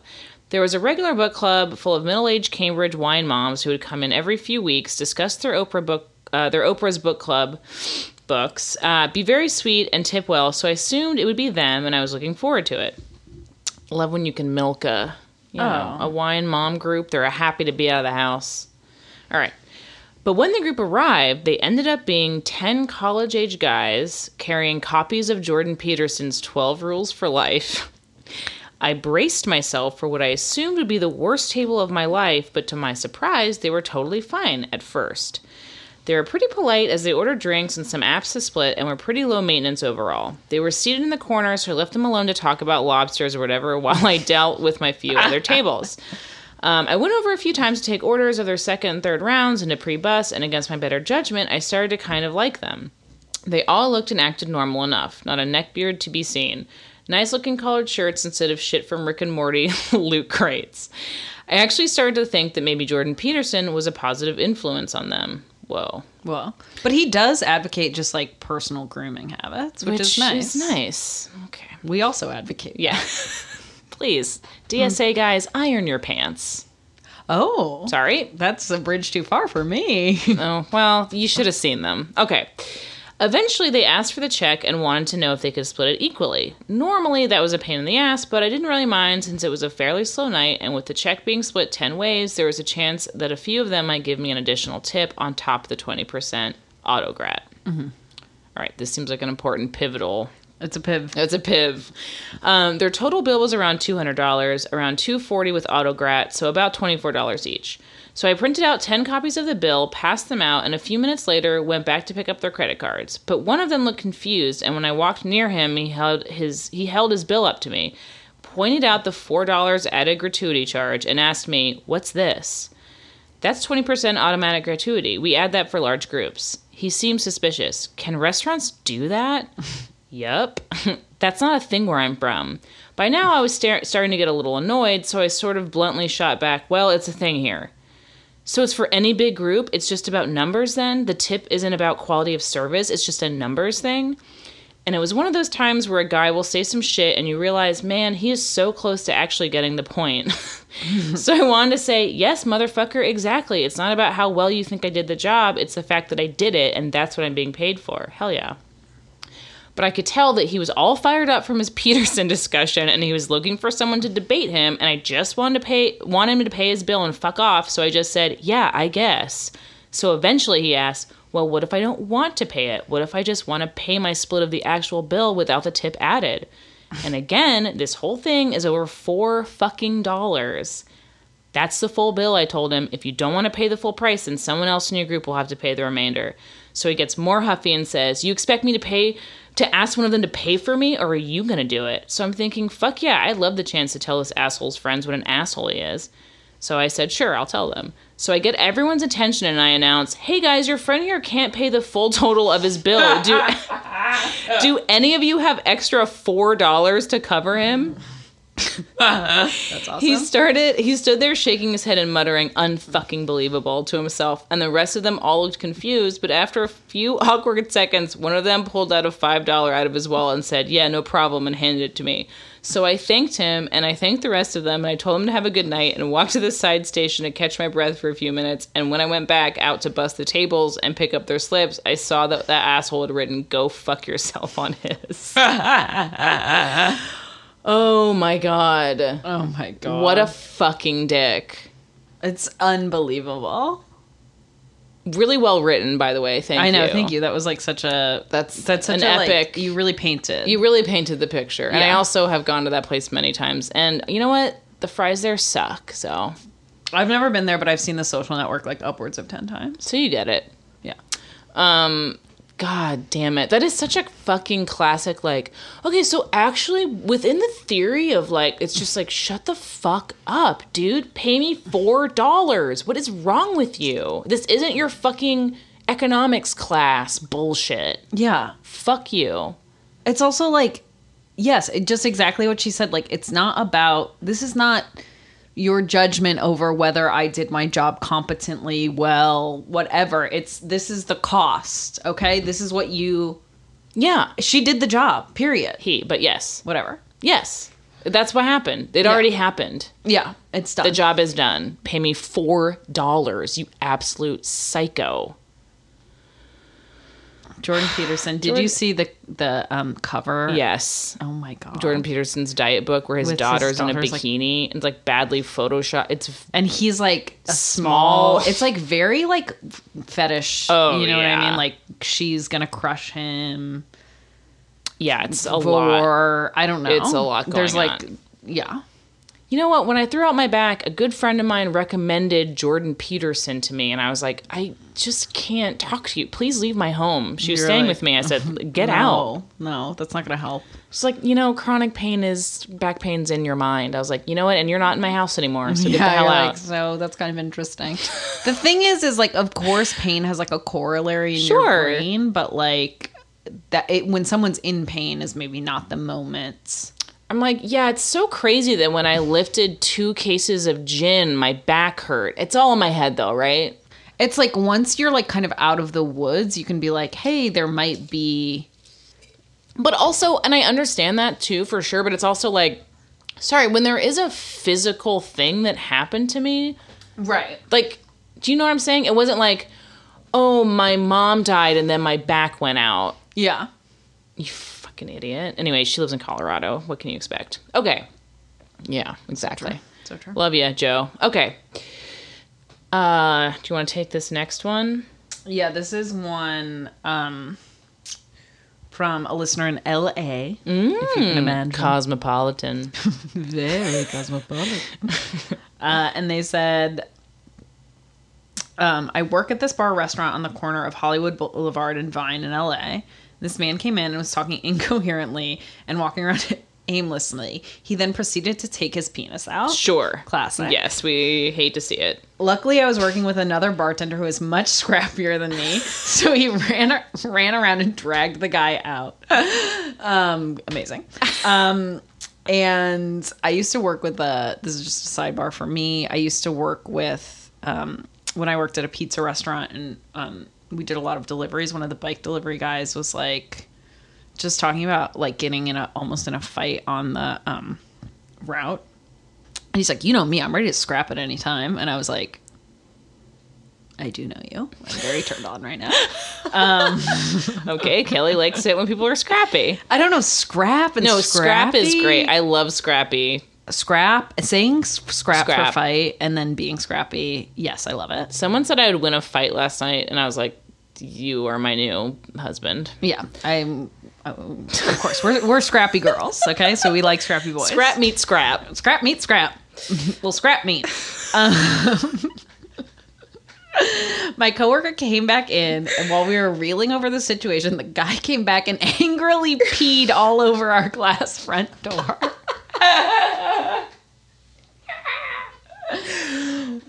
S1: There was a regular book club full of middle-aged Cambridge wine moms who would come in every few weeks, discuss their Oprah book, uh, their Oprah's book club books, uh, be very sweet and tip well. So I assumed it would be them, and I was looking forward to it. Love when you can milk a, you know,
S2: Oh.
S1: a wine mom group. They're happy to be out of the house. All right. But when the group arrived, they ended up being 10 college age guys carrying copies of Jordan Peterson's 12 Rules for Life. I braced myself for what I assumed would be the worst table of my life, but to my surprise, they were totally fine at first. They were pretty polite as they ordered drinks and some apps to split and were pretty low maintenance overall. They were seated in the corner, so I left them alone to talk about lobsters or whatever while I dealt with my few other tables. Um, I went over a few times to take orders of their second and third rounds and to pre bus, and against my better judgment, I started to kind of like them. They all looked and acted normal enough, not a neckbeard to be seen. Nice looking collared shirts instead of shit from Rick and Morty loot crates. I actually started to think that maybe Jordan Peterson was a positive influence on them. Whoa.
S2: Well, but he does advocate just like personal grooming habits, which, is nice.
S1: nice. Okay.
S2: We also advocate.
S1: Yeah. Please, DSA guys, iron your pants.
S2: Oh,
S1: Sorry.
S2: that's a bridge too far for me.
S1: Oh, well, you should have seen them. Okay. Eventually, they asked for the check and wanted to know if they could split it equally. Normally, that was a pain in the ass, but I didn't really mind since it was a fairly slow night, and with the check being split 10 ways, there was a chance that a few of them might give me an additional tip on top of the 20% autograt. Mm-hmm. right, this seems like an important pivotal
S2: it's a piv.
S1: it's a piv. Um, their total bill was around two hundred dollars, around two forty with autograt, so about twenty four dollars each. So I printed out ten copies of the bill, passed them out, and a few minutes later went back to pick up their credit cards. But one of them looked confused, and when I walked near him, he held his he held his bill up to me, pointed out the four dollars added gratuity charge, and asked me, "What's this?" That's 20% automatic gratuity. We add that for large groups. He seems suspicious. Can restaurants do that? Yup. That's not a thing where I'm from. By now, I was star- starting to get a little annoyed, so I sort of bluntly shot back, Well, it's a thing here. So it's for any big group, it's just about numbers then? The tip isn't about quality of service, it's just a numbers thing? And it was one of those times where a guy will say some shit and you realize, man, he is so close to actually getting the point. so I wanted to say, yes, motherfucker, exactly. It's not about how well you think I did the job, it's the fact that I did it and that's what I'm being paid for. Hell yeah but I could tell that he was all fired up from his Peterson discussion and he was looking for someone to debate him and I just wanted to pay want him to pay his bill and fuck off, so I just said, "Yeah, I guess." So eventually he asked, "Well, what if I don't want to pay it? What if I just want to pay my split of the actual bill without the tip added?" And again, this whole thing is over 4 fucking dollars. That's the full bill, I told him. If you don't want to pay the full price, then someone else in your group will have to pay the remainder. So he gets more huffy and says, You expect me to pay, to ask one of them to pay for me, or are you going to do it? So I'm thinking, Fuck yeah, I'd love the chance to tell this asshole's friends what an asshole he is. So I said, Sure, I'll tell them. So I get everyone's attention and I announce, Hey guys, your friend here can't pay the full total of his bill. Do, do any of you have extra $4 to cover him?
S2: That's awesome.
S1: He started. He stood there shaking his head and muttering "unfucking believable" to himself, and the rest of them all looked confused. But after a few awkward seconds, one of them pulled out a five dollar out of his wallet and said, "Yeah, no problem," and handed it to me. So I thanked him, and I thanked the rest of them, and I told them to have a good night, and walked to the side station to catch my breath for a few minutes. And when I went back out to bust the tables and pick up their slips, I saw that that asshole had written "Go fuck yourself" on his. oh my god.
S2: oh my god.
S1: What a fucking dick.
S2: It's unbelievable.
S1: Really well written, by the way. Thank you.
S2: I know. Thank you. That was like such a
S1: That's
S2: that's such
S1: an
S2: a, like,
S1: epic.
S2: you
S1: you,
S2: really painted.
S1: you really painted the picture. And I
S2: Yeah.
S1: also have gone to that place many times. And you know what? The fries there suck. So,
S2: I've never been there, but I've seen the social network like upwards of ten times.
S1: so you get it.
S2: Yeah.
S1: God damn it. That is such a fucking classic, like, okay, so actually, within the theory of like, it's just like, shut the fuck up, dude. Pay me $4. What is wrong with you? This isn't your fucking economics class bullshit.
S2: Yeah.
S1: Fuck you.
S2: It's also like, yes, it, just exactly what she said. Like, it's not about, this is not your judgment over whether I did my job competently, well, whatever. It's, this is the cost, okay? This is what you,
S1: Yeah.
S2: she did the job, period.
S1: He, but yes.
S2: Whatever.
S1: Yes. That's what happened. It already happened.
S2: Yeah, it's done.
S1: The job is done. Pay me $4, you absolute psycho.
S2: Jordan Peterson. Did
S1: Jordan-
S2: you see the the um, cover?
S1: Yes.
S2: Oh my god.
S1: Jordan Peterson's diet book where his
S2: With his
S1: daughter's in a
S2: daughter's, like-
S1: bikini and it's like badly photoshopped. It's
S2: and he's like a
S1: Small.
S2: small. It's like very like fetish.
S1: Oh,
S2: you know what
S1: yeah.
S2: I mean? Like she's gonna crush him.
S1: yeah, it's a lot.
S2: Vor. I don't know.
S1: It's a lot going
S2: There's like
S1: on.
S2: yeah.
S1: You know what? When I threw out my back, a good friend of mine recommended Jordan Peterson to me, and I was like, I just can't talk to you. Please leave my home. She was
S2: You're
S1: staying
S2: like, "Uh-huh."
S1: with me. I said, Get
S2: no,
S1: out.
S2: No, that's not gonna help.
S1: She's like, you know, chronic pain is back pain's in your mind. I was like, you know what? And you're not in my house anymore. So get the hell
S2: you're
S1: out.
S2: like, so that's kind of interesting. the thing is, is like, of course, pain has like a corollary in
S1: Sure.
S2: your brain, but like that it, when someone's in pain is maybe not the moment.
S1: I'm like, yeah, it's so crazy that when I lifted two cases of gin, my back hurt. It's all in my head though, right?
S2: It's like once you're like kind of out of the woods, you can be like, hey, there might be.
S1: But also, and I understand that too for sure, but it's also like, sorry, when there is a physical thing that happened to me,
S2: Right.
S1: like, do you know what I'm saying? It wasn't like, oh, my mom died and then my back went out.
S2: Yeah.
S1: You fucking idiot. Anyway, she lives in Colorado. What can you expect? Okay. Yeah, exactly.
S2: So true.
S1: Love you, Joe. Okay. Uh, do you want to take this next one?
S2: Yeah, this is one um, from a listener in uh, LA. if you can imagine.
S1: Cosmopolitan.
S2: Very cosmopolitan. uh, and they said, um, I work at this bar restaurant on the corner of Hollywood Boulevard and Vine in LA. This man came in and was talking incoherently and walking around aimlessly. He then proceeded to take his penis out.
S1: Sure.
S2: Classic.
S1: Yes, we hate to see it.
S2: Luckily, I was working with another bartender who was much scrappier than me, so he ran ran around and dragged the guy out. Um, amazing. Um, and I used to work with a. This is just a sidebar for me. I used to work with um, when I worked at a pizza restaurant, and um, we did a lot of deliveries. One of the bike delivery guys was like, just talking about like getting in a almost in a fight on the um, route. And he's like, You know me, I'm ready to scrap at any time. And I was like, I do know you. I'm very turned on right now.
S1: Okay, Kelly likes it when people are scrappy.
S2: I don't know, scrap and
S1: No, scrap is
S2: Oh, scrappy-
S1: great. I love scrappy.
S2: Scrap, saying s- scrap, for
S1: Scrap.
S2: fight and then being scrappy. Yes, I love it.
S1: Someone said I would win a fight last night, and I was like, "You are my new husband."
S2: Yeah, I'm, oh, of course, we're, we're scrappy girls, okay? So we like scrappy boys.
S1: Scrap meet scrap.
S2: scrap meat, scrap. well, scrap meat. Um, my coworker came back in, and while we were reeling over the situation, the guy came back and angrily peed all over our glass front door.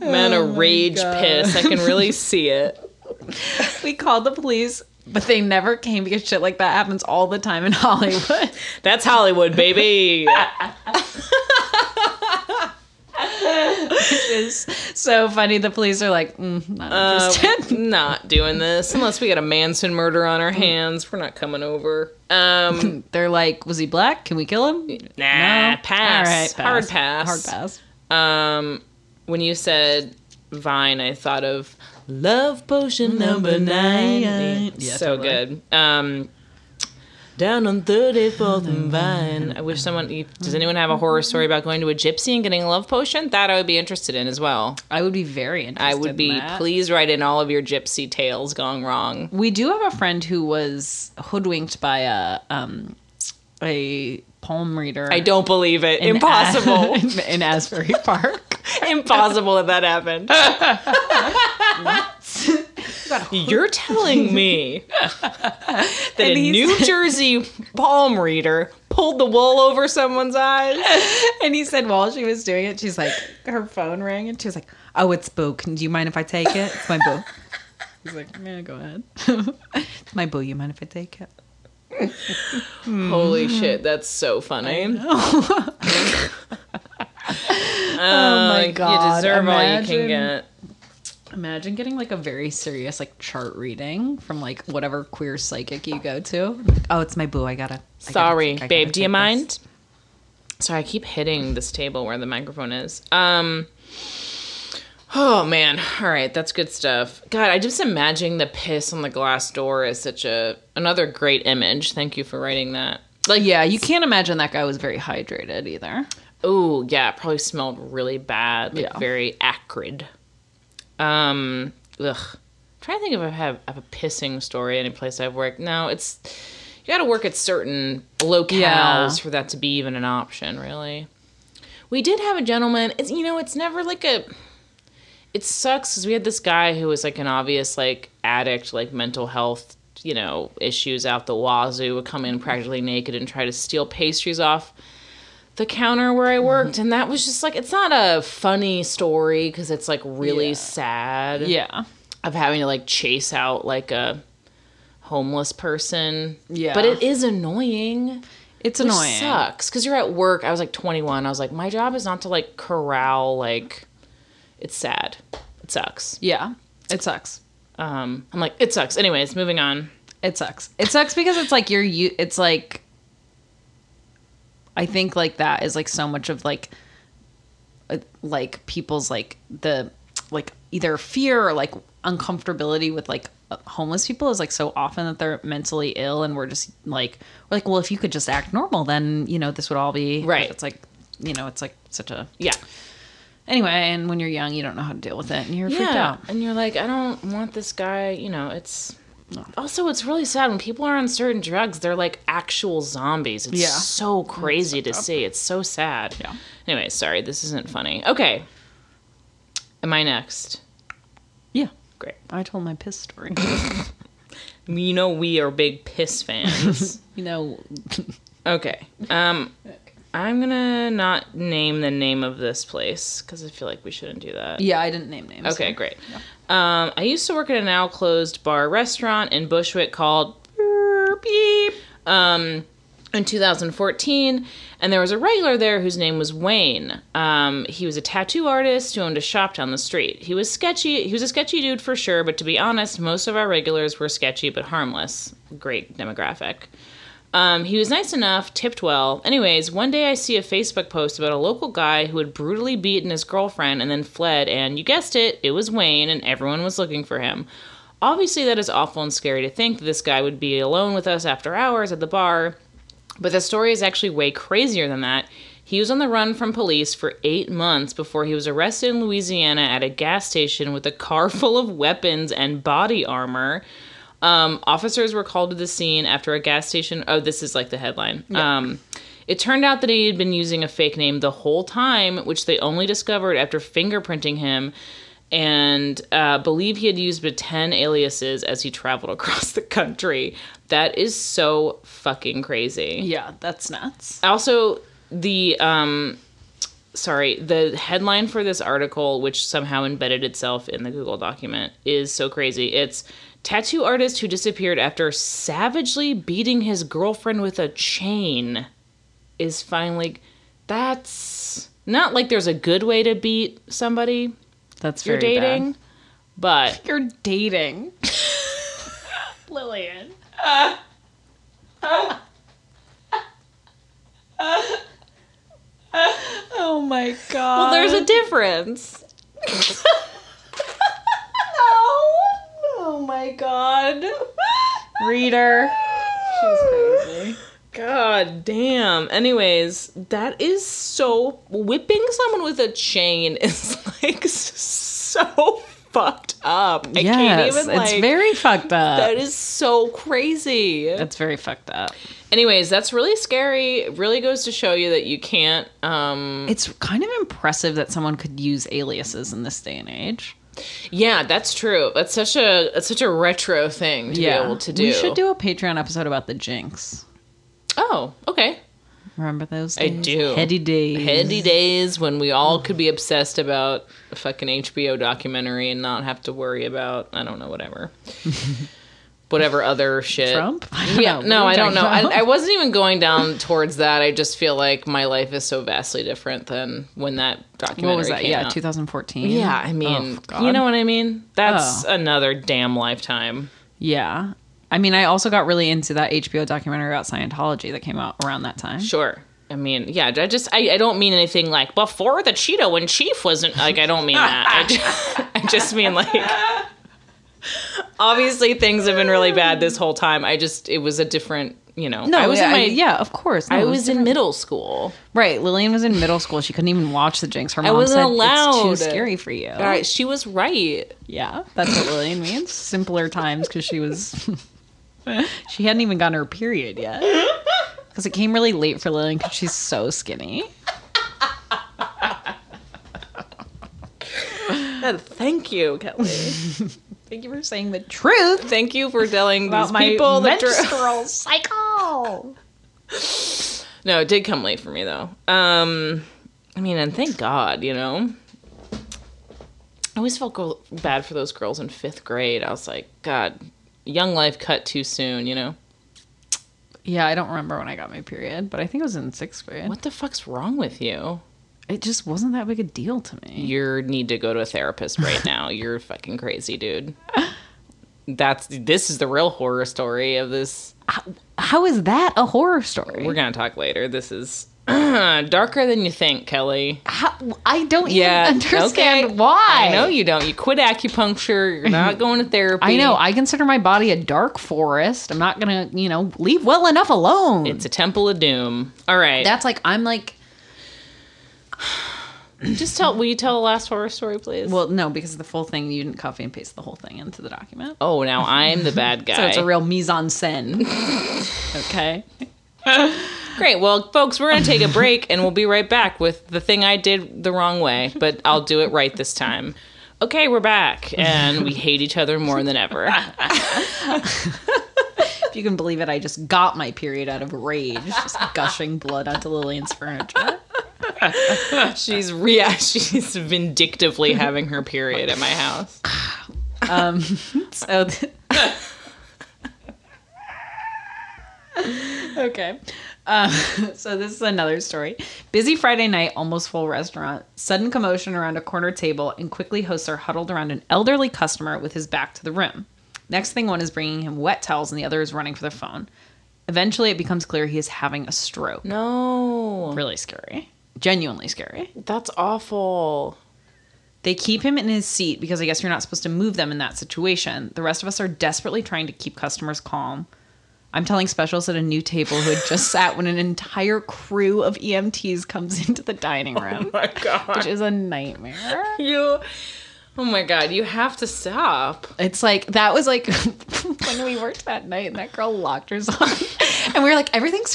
S1: Man, a rage
S2: Oh God.
S1: piss. I can really see it.
S2: We called the police, but they never came because shit like that happens all the time in Hollywood.
S1: That's Hollywood, baby.
S2: It's so funny. The police are like, mm, not
S1: Uh,
S2: interested.
S1: not doing this unless we got a Manson murder on our hands. We're not coming over. Um,
S2: They're like, was he black? Can we kill him?
S1: nah, Ah, pass. Hard pass.
S2: Hard pass.
S1: Um, when you said Vine, I thought of Love Potion Number Nine.
S2: Yeah,
S1: so
S2: totally.
S1: good. Um, down on Thirty Fourth and Vine. I wish someone. you- Does anyone have a horror story about going to a gypsy and getting a love potion? That I would be interested in as well.
S2: I would be very interested.
S1: I would
S2: in
S1: be.
S2: that.
S1: Please write in all of your gypsy tales gone wrong.
S2: We do have a friend who was hoodwinked by a um a palm reader.
S1: I don't believe it.
S2: in
S1: Impossible.
S2: in, in Asbury Park.
S1: Impossible that that happened.
S2: got a
S1: You're telling me that
S2: And
S1: a
S2: he's-
S1: New Jersey palm reader pulled the wool over someone's eyes?
S2: Mm-hmm. And he said while she was doing it, she's like, her phone rang and she was like, oh, it's Boo. Can, do you mind if I take it? It's my Boo. He's like, yeah, go ahead. it's my Boo. You mind if I take it?
S1: Holy shit, that's so funny.
S2: No.
S1: oh
S2: my God,
S1: You deserve all you
S2: imagine.
S1: can get.
S2: Imagine getting like a very serious like chart reading from like whatever queer psychic you go to. Oh, it's my Boo. I gotta. I gotta
S1: Sorry,
S2: take- I
S1: babe,
S2: gotta
S1: do you
S2: take this.
S1: mind? Sorry, I keep hitting this table where the microphone is. Um Oh man. All right, that's good stuff. God, I just imagine the piss on the glass door is such a another great image. Thank you for writing that.
S2: Like, yeah, you can't imagine that guy was very hydrated either.
S1: Oh, yeah, it probably smelled really bad, like
S2: Yeah.
S1: very acrid. Um, ugh. I'm trying to think if I have, I have a pissing story any place I've worked. No, it's you got to work at certain locales
S2: Yeah.
S1: for that to be even an option, really. We did have a gentleman. It's you know, it's never like a it sucks because we had this guy who was like an obvious like addict, like mental health, you know, issues out the wazoo would come in practically naked and try to steal pastries off the counter where I worked, and that was just like it's not a funny story because it's like really
S2: Yeah.
S1: sad
S2: Yeah.
S1: of having to like chase out like a homeless person.
S2: Yeah.
S1: but it is annoying.
S2: It's
S1: Which
S2: annoying.
S1: sucks because you're at work. I was like 21. I was like, my job is not to like corral like. It's sad. It sucks.
S2: Yeah. It sucks.
S1: Um, I'm like, it sucks. Anyways, moving on.
S2: It sucks. It sucks because it's like you're you. It's like I think like that is like so much of like uh, like people's like the like either fear or like uncomfortability with like uh, homeless people is like so often that they're mentally ill and we're just like we're like well if you could just act normal then you know this would all be
S1: Right.
S2: It's like you know it's like such a
S1: Yeah.
S2: anyway and when you're young you don't know how to deal with it and you're freaked out.
S1: And you're like, I don't want this guy, you know, it's
S2: No.
S1: also it's really sad when people are on certain drugs, they're like actual zombies. It's
S2: Yeah.
S1: so crazy to see. It's so sad.
S2: Yeah.
S1: Anyway, sorry, this isn't funny. Okay. Am I next?
S2: Yeah,
S1: Great.
S2: I told my piss story.
S1: You know we are big piss fans.
S2: you know,
S1: okay. Um I'm gonna not name the name of this place because I feel like we shouldn't do that.
S2: yeah, I didn't name names.
S1: Okay, great. Um, I used to work at a now closed bar restaurant in Bushwick called Beep um, in 2014, and there was a regular there whose name was Wayne. Um, he was a tattoo artist who owned a shop down the street. He was sketchy. He was a sketchy dude for sure, but to be honest, most of our regulars were sketchy but harmless. Great demographic. Um, he was nice enough, tipped well. Anyways, one day I see a Facebook post about a local guy who had brutally beaten his girlfriend and then fled, and you guessed it, it was Wayne, and everyone was looking for him. Obviously, that is awful and scary to think that this guy would be alone with us after hours at the bar, but the story is actually way crazier than that. He was on the run from police for eight months before he was arrested in Louisiana at a gas station with a car full of weapons and body armor. Um, officers were called to the scene after a gas station. Oh, this is like the headline. Um, it turned out that he had been using a fake name the whole time, which they only discovered after fingerprinting him, and uh, believe he had used but ten aliases as he traveled across the country. That is so fucking crazy.
S2: Yeah, that's nuts.
S1: Also, the um, sorry, the headline for this article, which somehow embedded itself in the Google document, is so crazy. It's tattoo artist who disappeared after savagely beating his girlfriend with a chain is finally. That's not like there's a good way to beat somebody
S2: That's very
S1: you're dating, but
S2: You're dating. Lillian. oh my god.
S1: well, there's a difference.
S2: no. Oh my god. Reader. She's crazy.
S1: God damn. Anyways, that is so whipping someone with a chain is like so fucked up. I can't
S2: Yes,
S1: even
S2: it's
S1: like
S2: very fucked up.
S1: that is so crazy.
S2: that's very fucked up.
S1: Anyways, that's really scary. It really goes to show you that you can't um
S2: It's kind of impressive that someone could use aliases in this day and age.
S1: Yeah, that's true. That's such a that's such a retro thing to be able to do.
S2: We should do a Patreon episode about the jinx.
S1: Oh, okay.
S2: Remember those?
S1: I
S2: Days?
S1: do.
S2: Heady days.
S1: Heady days when we all could be obsessed about a fucking HBO documentary and not have to worry about I don't know whatever, whatever other shit.
S2: Trump? I don't
S1: Yeah,
S2: know.
S1: no,
S2: What are
S1: I
S2: you
S1: don't know.
S2: talking about?
S1: I, I wasn't even going down towards that. I just feel like my life is so vastly different than when that documentary
S2: What was that?
S1: came
S2: Yeah,
S1: out.
S2: 2014.
S1: Yeah, I mean,
S2: Oh, God.
S1: you know what I mean? That's
S2: Oh.
S1: another damn lifetime.
S2: Yeah. I mean, I also got really into that HBO documentary about Scientology that came out around that time.
S1: Sure. I mean, yeah, I just, I, I don't mean anything like before the Cheeto in Chief wasn't, like, I don't mean that. I just, I just mean, like, obviously things have been really bad this whole time. I just, it was a different, you know, I was
S2: yeah,
S1: in my,
S2: yeah, of course. No,
S1: I
S2: it
S1: was in
S2: different.
S1: middle school.
S2: right. Lillian was in middle school. She couldn't even watch The Jinx. Her mom
S1: wasn't
S2: said
S1: allowed.
S2: it's too scary for you.
S1: All right, she was right.
S2: Yeah, that's what Lillian means. Simpler times because she was she hadn't even gotten her period yet. Because it came really late for Lillian because she's so skinny.
S1: Thank you, Kelly.
S2: Thank you for saying the truth
S1: Thank you for telling these
S2: about my
S1: people the truth.
S2: menstrual cycle.
S1: No, it did come late for me though. Um, I mean, and thank God, you know. I always felt go- bad for those girls in fifth grade. I was like, God, young life cut too soon, you know.
S2: Yeah, I don't remember when I got my period, but I think it was in sixth grade.
S1: What the fuck's wrong with you?
S2: It just wasn't that big a deal to me.
S1: You need to go to a therapist right now. You're fucking crazy, dude. That's this is the real horror story of this.
S2: How is that a horror story?
S1: We're gonna talk later. This is darker than you think, Kelly.
S2: How, I don't
S1: Yeah,
S2: even
S1: okay.
S2: understand why.
S1: I know you don't. You quit acupuncture. You're not going to therapy.
S2: I know. I consider my body a dark forest. I'm not gonna, you know, leave well enough alone.
S1: It's a temple of doom. All right.
S2: That's like I'm like.
S1: just tell. Will you tell the last horror story, please?
S2: Well, no, because the full thing you didn't copy and paste the whole thing into the document.
S1: oh, now I'm the bad guy.
S2: So it's a real mise en scène. okay.
S1: Great. Well, folks, we're gonna take a break, and we'll be right back with the thing I did the wrong way, but I'll do it right this time. Okay, we're back, and we hate each other more than ever.
S2: If you can believe it, I just got my period out of rage, just gushing blood onto Lillian's furniture.
S1: She's yeah, she's vindictively having her period at my house.
S2: So. th- okay. Uh, so this is another story. Busy Friday night, almost full restaurant. Sudden commotion around a corner table, and quickly hosts are huddled around an elderly customer with his back to the room. Next thing, one is bringing him wet towels, and the other is running for their phone. Eventually, it becomes clear he is having a stroke.
S1: No,
S2: Really scary. Genuinely scary.
S1: that's awful.
S2: They keep him in his seat because I guess you're not supposed to move them in that situation. The rest of us are desperately trying to keep customers calm. I'm telling specials at a new table who had just sat when an entire crew of EMTs comes into the dining room,
S1: Oh My God,
S2: which is a nightmare.
S1: you. Oh my God, you have to stop.
S2: It's like that was like when we worked that night and that girl locked herself. And we were like, everything's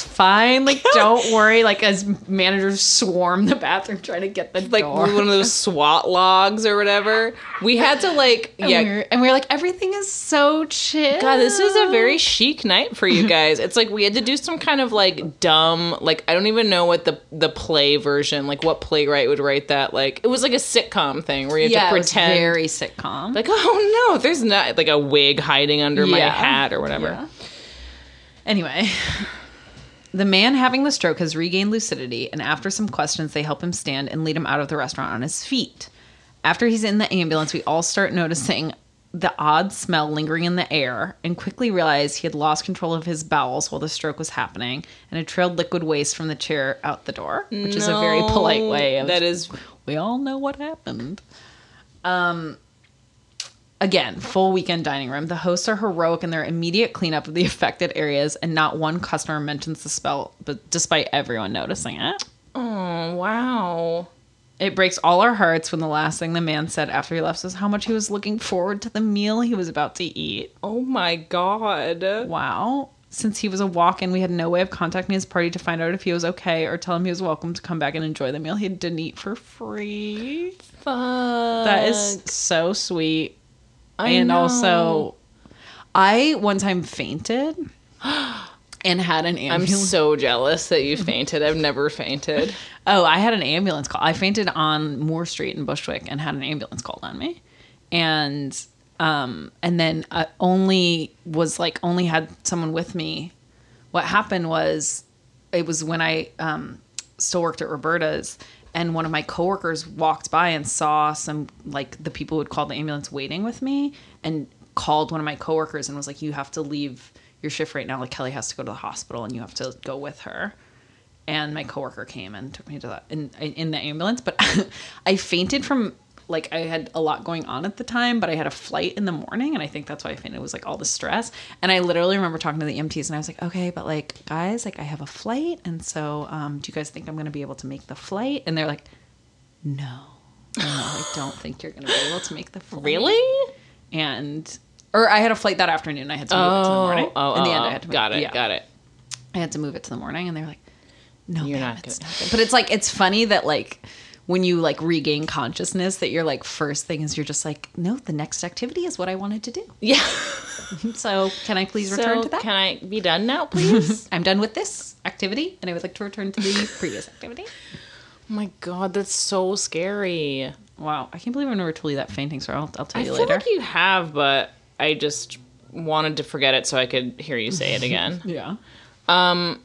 S2: fine. Like, don't worry. Like, as managers swarm the bathroom trying to get the
S1: like
S2: door.
S1: one of those SWAT logs or whatever. We had to like
S2: And
S1: yeah.
S2: we were, and we were like, everything is so chill.
S1: God, this is a very chic night for you guys. It's like we had to do some kind of like dumb, like I don't even know what the the play version, like what playwright would write that. Like it was like a sitcom thing where you have to
S2: it was
S1: pretend,
S2: very sitcom.
S1: like oh no, there's not like a wig hiding under my
S2: Yeah.
S1: hat or whatever.
S2: Yeah. Anyway, the man having the stroke has regained lucidity, and after some questions, they help him stand and lead him out of the restaurant on his feet. After he's in the ambulance, we all start noticing the odd smell lingering in the air and quickly realize he had lost control of his bowels while the stroke was happening and had trailed liquid waste from the chair out the door, which is a very
S1: No,
S2: polite way of
S1: That is
S2: we all know what happened. Um, again, full weekend dining room. The hosts are heroic in their immediate cleanup of the affected areas, and not one customer mentions the spell, but despite everyone noticing it.
S1: oh wow.
S2: It breaks all our hearts when the last thing the man said after he left was how much he was looking forward to the meal he was about to eat.
S1: Oh my Oh god.
S2: Wow. Since he was a walk in, we had no way of contacting his party to find out if he was okay or tell him he was welcome to come back and enjoy the meal he didn't eat for free.
S1: Fuck.
S2: That is so sweet.
S1: I
S2: and
S1: know.
S2: also, I one time fainted and had an
S1: I'm
S2: ambulance.
S1: so jealous that you fainted. I've never fainted.
S2: Oh, I had an ambulance call. I fainted on Moore Street in Bushwick and had an ambulance called on me, and um, and then I only was like only had someone with me. What happened was, it was when I um, still worked at Roberta's, and one of my coworkers walked by and saw some like the people who had called the ambulance waiting with me, and called one of my coworkers and was like, "You have to leave your shift right now. Like Kelly has to go to the hospital, and you have to go with her." and my coworker came and took me to that in in the ambulance. But I fainted from like I had a lot going on at the time, but I had a flight in the morning, and I think that's why I fainted. It was like all the stress, and I literally remember talking to the EMTs, and I was like, "Okay, but like guys, like I have a flight, and so um, do you guys think I'm going to be able to make the flight?" And they're like, "No, no, I don't think you're going to be able to make the flight." And or I had a flight that afternoon. I had to move it to the morning.
S1: Oh, oh, oh.
S2: in the end,
S1: oh.
S2: I had to move
S1: got it.
S2: yeah.
S1: Got it.
S2: I had to move it to the morning, and they were like, "No,
S1: You're
S2: babe,
S1: not
S2: it's
S1: good."
S2: not good." But it's like it's funny that like when you like regain consciousness, that your like first thing is you're just like, "No, the next activity is what I wanted to do."
S1: Yeah.
S2: So can I please
S1: so
S2: return to that?
S1: can I be done now, please?
S2: I'm done with this activity, and I would like to return to the previous activity.
S1: oh my god, that's so scary.
S2: Wow, I can't believe I never told you that fainting story. I'll, I'll tell
S1: I
S2: you
S1: feel
S2: later.
S1: like you have, but I just wanted to forget it so I could hear you say it again.
S2: yeah.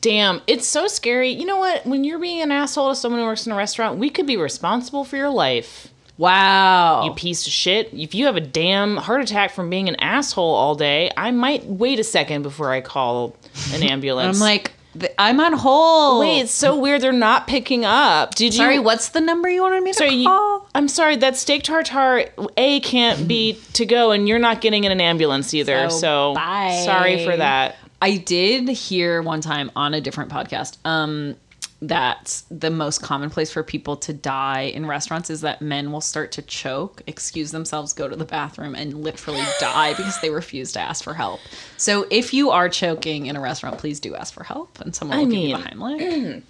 S1: Damn, it's so scary. You know what? When you're being an asshole to someone who works in a restaurant, we could be responsible for your life.
S2: Wow.
S1: You piece of shit. If you have a damn heart attack from being an asshole all day, I might wait a second before I call an ambulance.
S2: I'm like, th- I'm on hold.
S1: wait, it's so weird they're not picking up. Did
S2: sorry.
S1: you
S2: What's the number you wanted me to
S1: Sorry, you-
S2: call?
S1: I'm sorry, that steak tartare A can't be to go and you're not getting in an ambulance either.
S2: So,
S1: So,
S2: bye.
S1: sorry for that.
S2: I did hear one time on a different podcast um, that the most common place for people to die in restaurants is that men will start to choke, excuse themselves, go to the bathroom, and literally die because they refuse to ask for help. So if you are choking in a restaurant, please do ask for help, and someone will give
S1: mean-
S2: you a Heimlich. You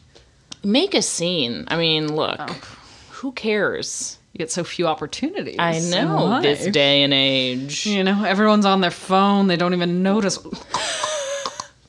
S1: Make a scene. I mean, look. Who cares?
S2: get Oh. so few opportunities.
S1: I
S2: in
S1: know
S2: life.
S1: this day and age.
S2: You know, everyone's on their phone; they don't even notice.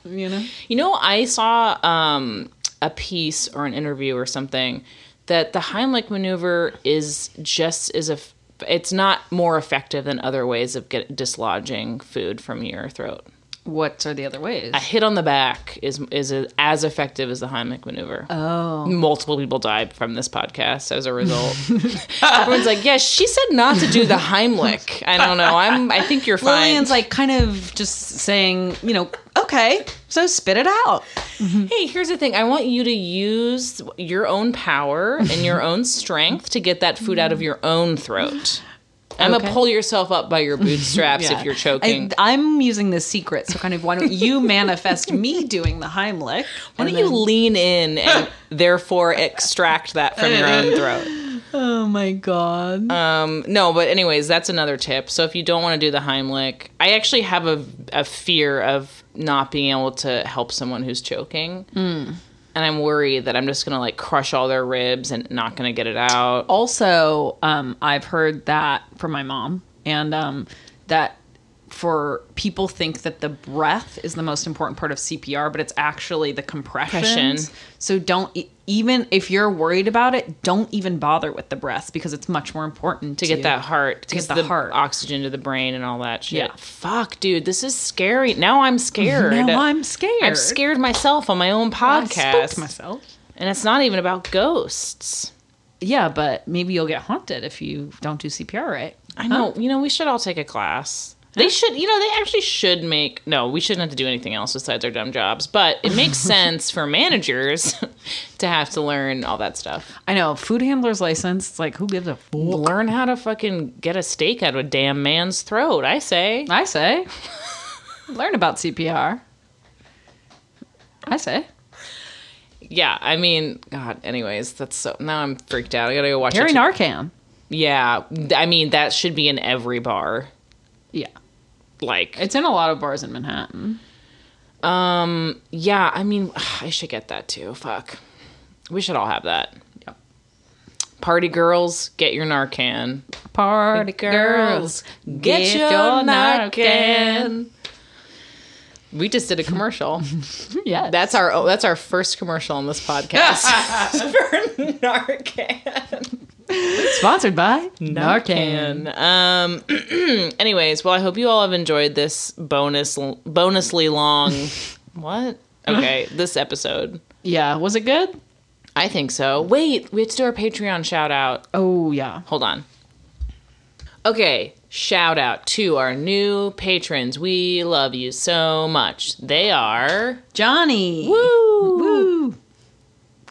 S2: you know,
S1: You know, I saw um, a piece or an interview or something that the Heimlich maneuver is just as if it's not more effective than other ways of get, dislodging food from your throat.
S2: what are the other ways?
S1: A hit on the back is is as effective as the Heimlich maneuver.
S2: oh,
S1: Multiple people died from this podcast as a result. Everyone's like, "Yeah, she said not to do the Heimlich." I don't know. I'm. I think you're fine.
S2: Lillian's like kind of just saying, you know, okay, so spit it out.
S1: Hey, here's the thing. I want you to use your own power and your own strength to get that food out of your own throat. I'm
S2: Okay.
S1: gonna pull yourself up by your bootstraps
S2: Yeah.
S1: if you're choking.
S2: I, am using this secret, so kind of why don't you manifest me doing the Heimlich?
S1: Why don't you lean in and therefore extract that from your own throat?
S2: Oh my god.
S1: Um, no, but anyways, that's another tip. So if you don't want to do the Heimlich, I actually have a, a fear of not being able to help someone who's choking.
S2: Mm.
S1: And I'm worried that I'm just gonna like crush all their ribs and not gonna get it out.
S2: also, um, I've heard that from my mom, and um, that for people think that the breath is the most important part of CPR, but it's actually the compression.
S1: Compression.
S2: So don't e- even if you're worried about it, don't even bother with the breath because it's much more important
S1: to get that heart to
S2: get the heart.
S1: oxygen to the brain and all that shit.
S2: Yeah.
S1: Fuck, dude, this is scary. Now I'm scared.
S2: Now I'm scared.
S1: I'm scared myself on my own
S2: I spooked
S1: podcast,
S2: myself.
S1: and it's not even about ghosts.
S2: Yeah, but maybe you'll get haunted if you don't do CPR right.
S1: I know. You know, we should all take a class. They should, you know, they actually should make. No, we shouldn't have to do anything else besides our dumb jobs. But it makes sense for managers to have to learn all that stuff.
S2: I know. Food handler's license. It's like who gives a fool?
S1: Learn how to fucking get a steak out of a damn man's throat. I say.
S2: I say. Learn about CPR. I say.
S1: Yeah, I mean, God. Anyways, that's so. Now I'm freaked out. I gotta go watch.
S2: Carry
S1: it.
S2: Narcan.
S1: Yeah, I mean that should be in every bar.
S2: Yeah.
S1: Like,
S2: It's in a lot of bars in Manhattan.
S1: Um, yeah, I mean, I should get that too. Fuck. We should all have that.
S2: Yep.
S1: Party girls, get your Narcan.
S2: Party
S1: girls, Get, your, Narcan. We just did a commercial.
S2: Mm, Yeah,
S1: that's our oh, that's our first commercial on this podcast for Narcan.
S2: sponsored by
S1: Narcan. Um, anyways, well, I hope you all have enjoyed this bonus, bonusly long. what? Okay, this episode.
S2: Yeah, was it good?
S1: I think so. Wait, we have to do our Patreon shout out.
S2: Oh yeah.
S1: Hold on. Okay, shout out to our new patrons. We love you so much. They are
S2: Johnny. Woo.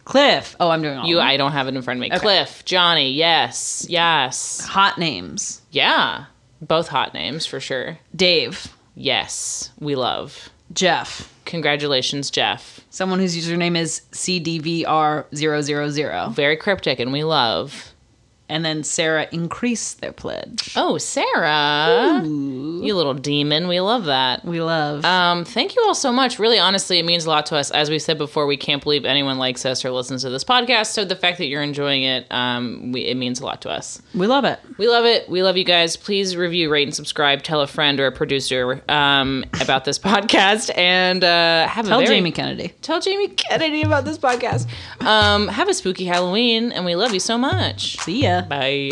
S2: Cliff. Oh, I'm doing all
S1: you.
S2: of them.
S1: I don't have it in front of me. Cliff, Johnny. Yes, yes,
S2: hot names.
S1: yeah. Both hot names for sure.
S2: Dave.
S1: Yes, we love.
S2: Jeff.
S1: Congratulations, Jeff.
S2: Someone whose username is CDVR000.
S1: Very cryptic, and we love.
S2: And then Sarah increased their pledge.
S1: Oh, Sarah,
S2: Ooh.
S1: you little demon. We love that.
S2: We love.
S1: Um, thank you all so much. Really, honestly, it means a lot to us. As we said before, we can't believe anyone likes us or listens to this podcast. So the fact that you're enjoying it, um, we, it means a lot to us.
S2: we love it.
S1: We love it. We love you guys. Please review, rate, and subscribe. Tell a friend or a producer um, about this podcast, and uh, have
S2: Tell
S1: a very-
S2: Jamie Kennedy.
S1: Tell Jamie Kennedy about this podcast. Um, have a spooky Halloween, and we love you so much.
S2: See ya.
S1: Bye.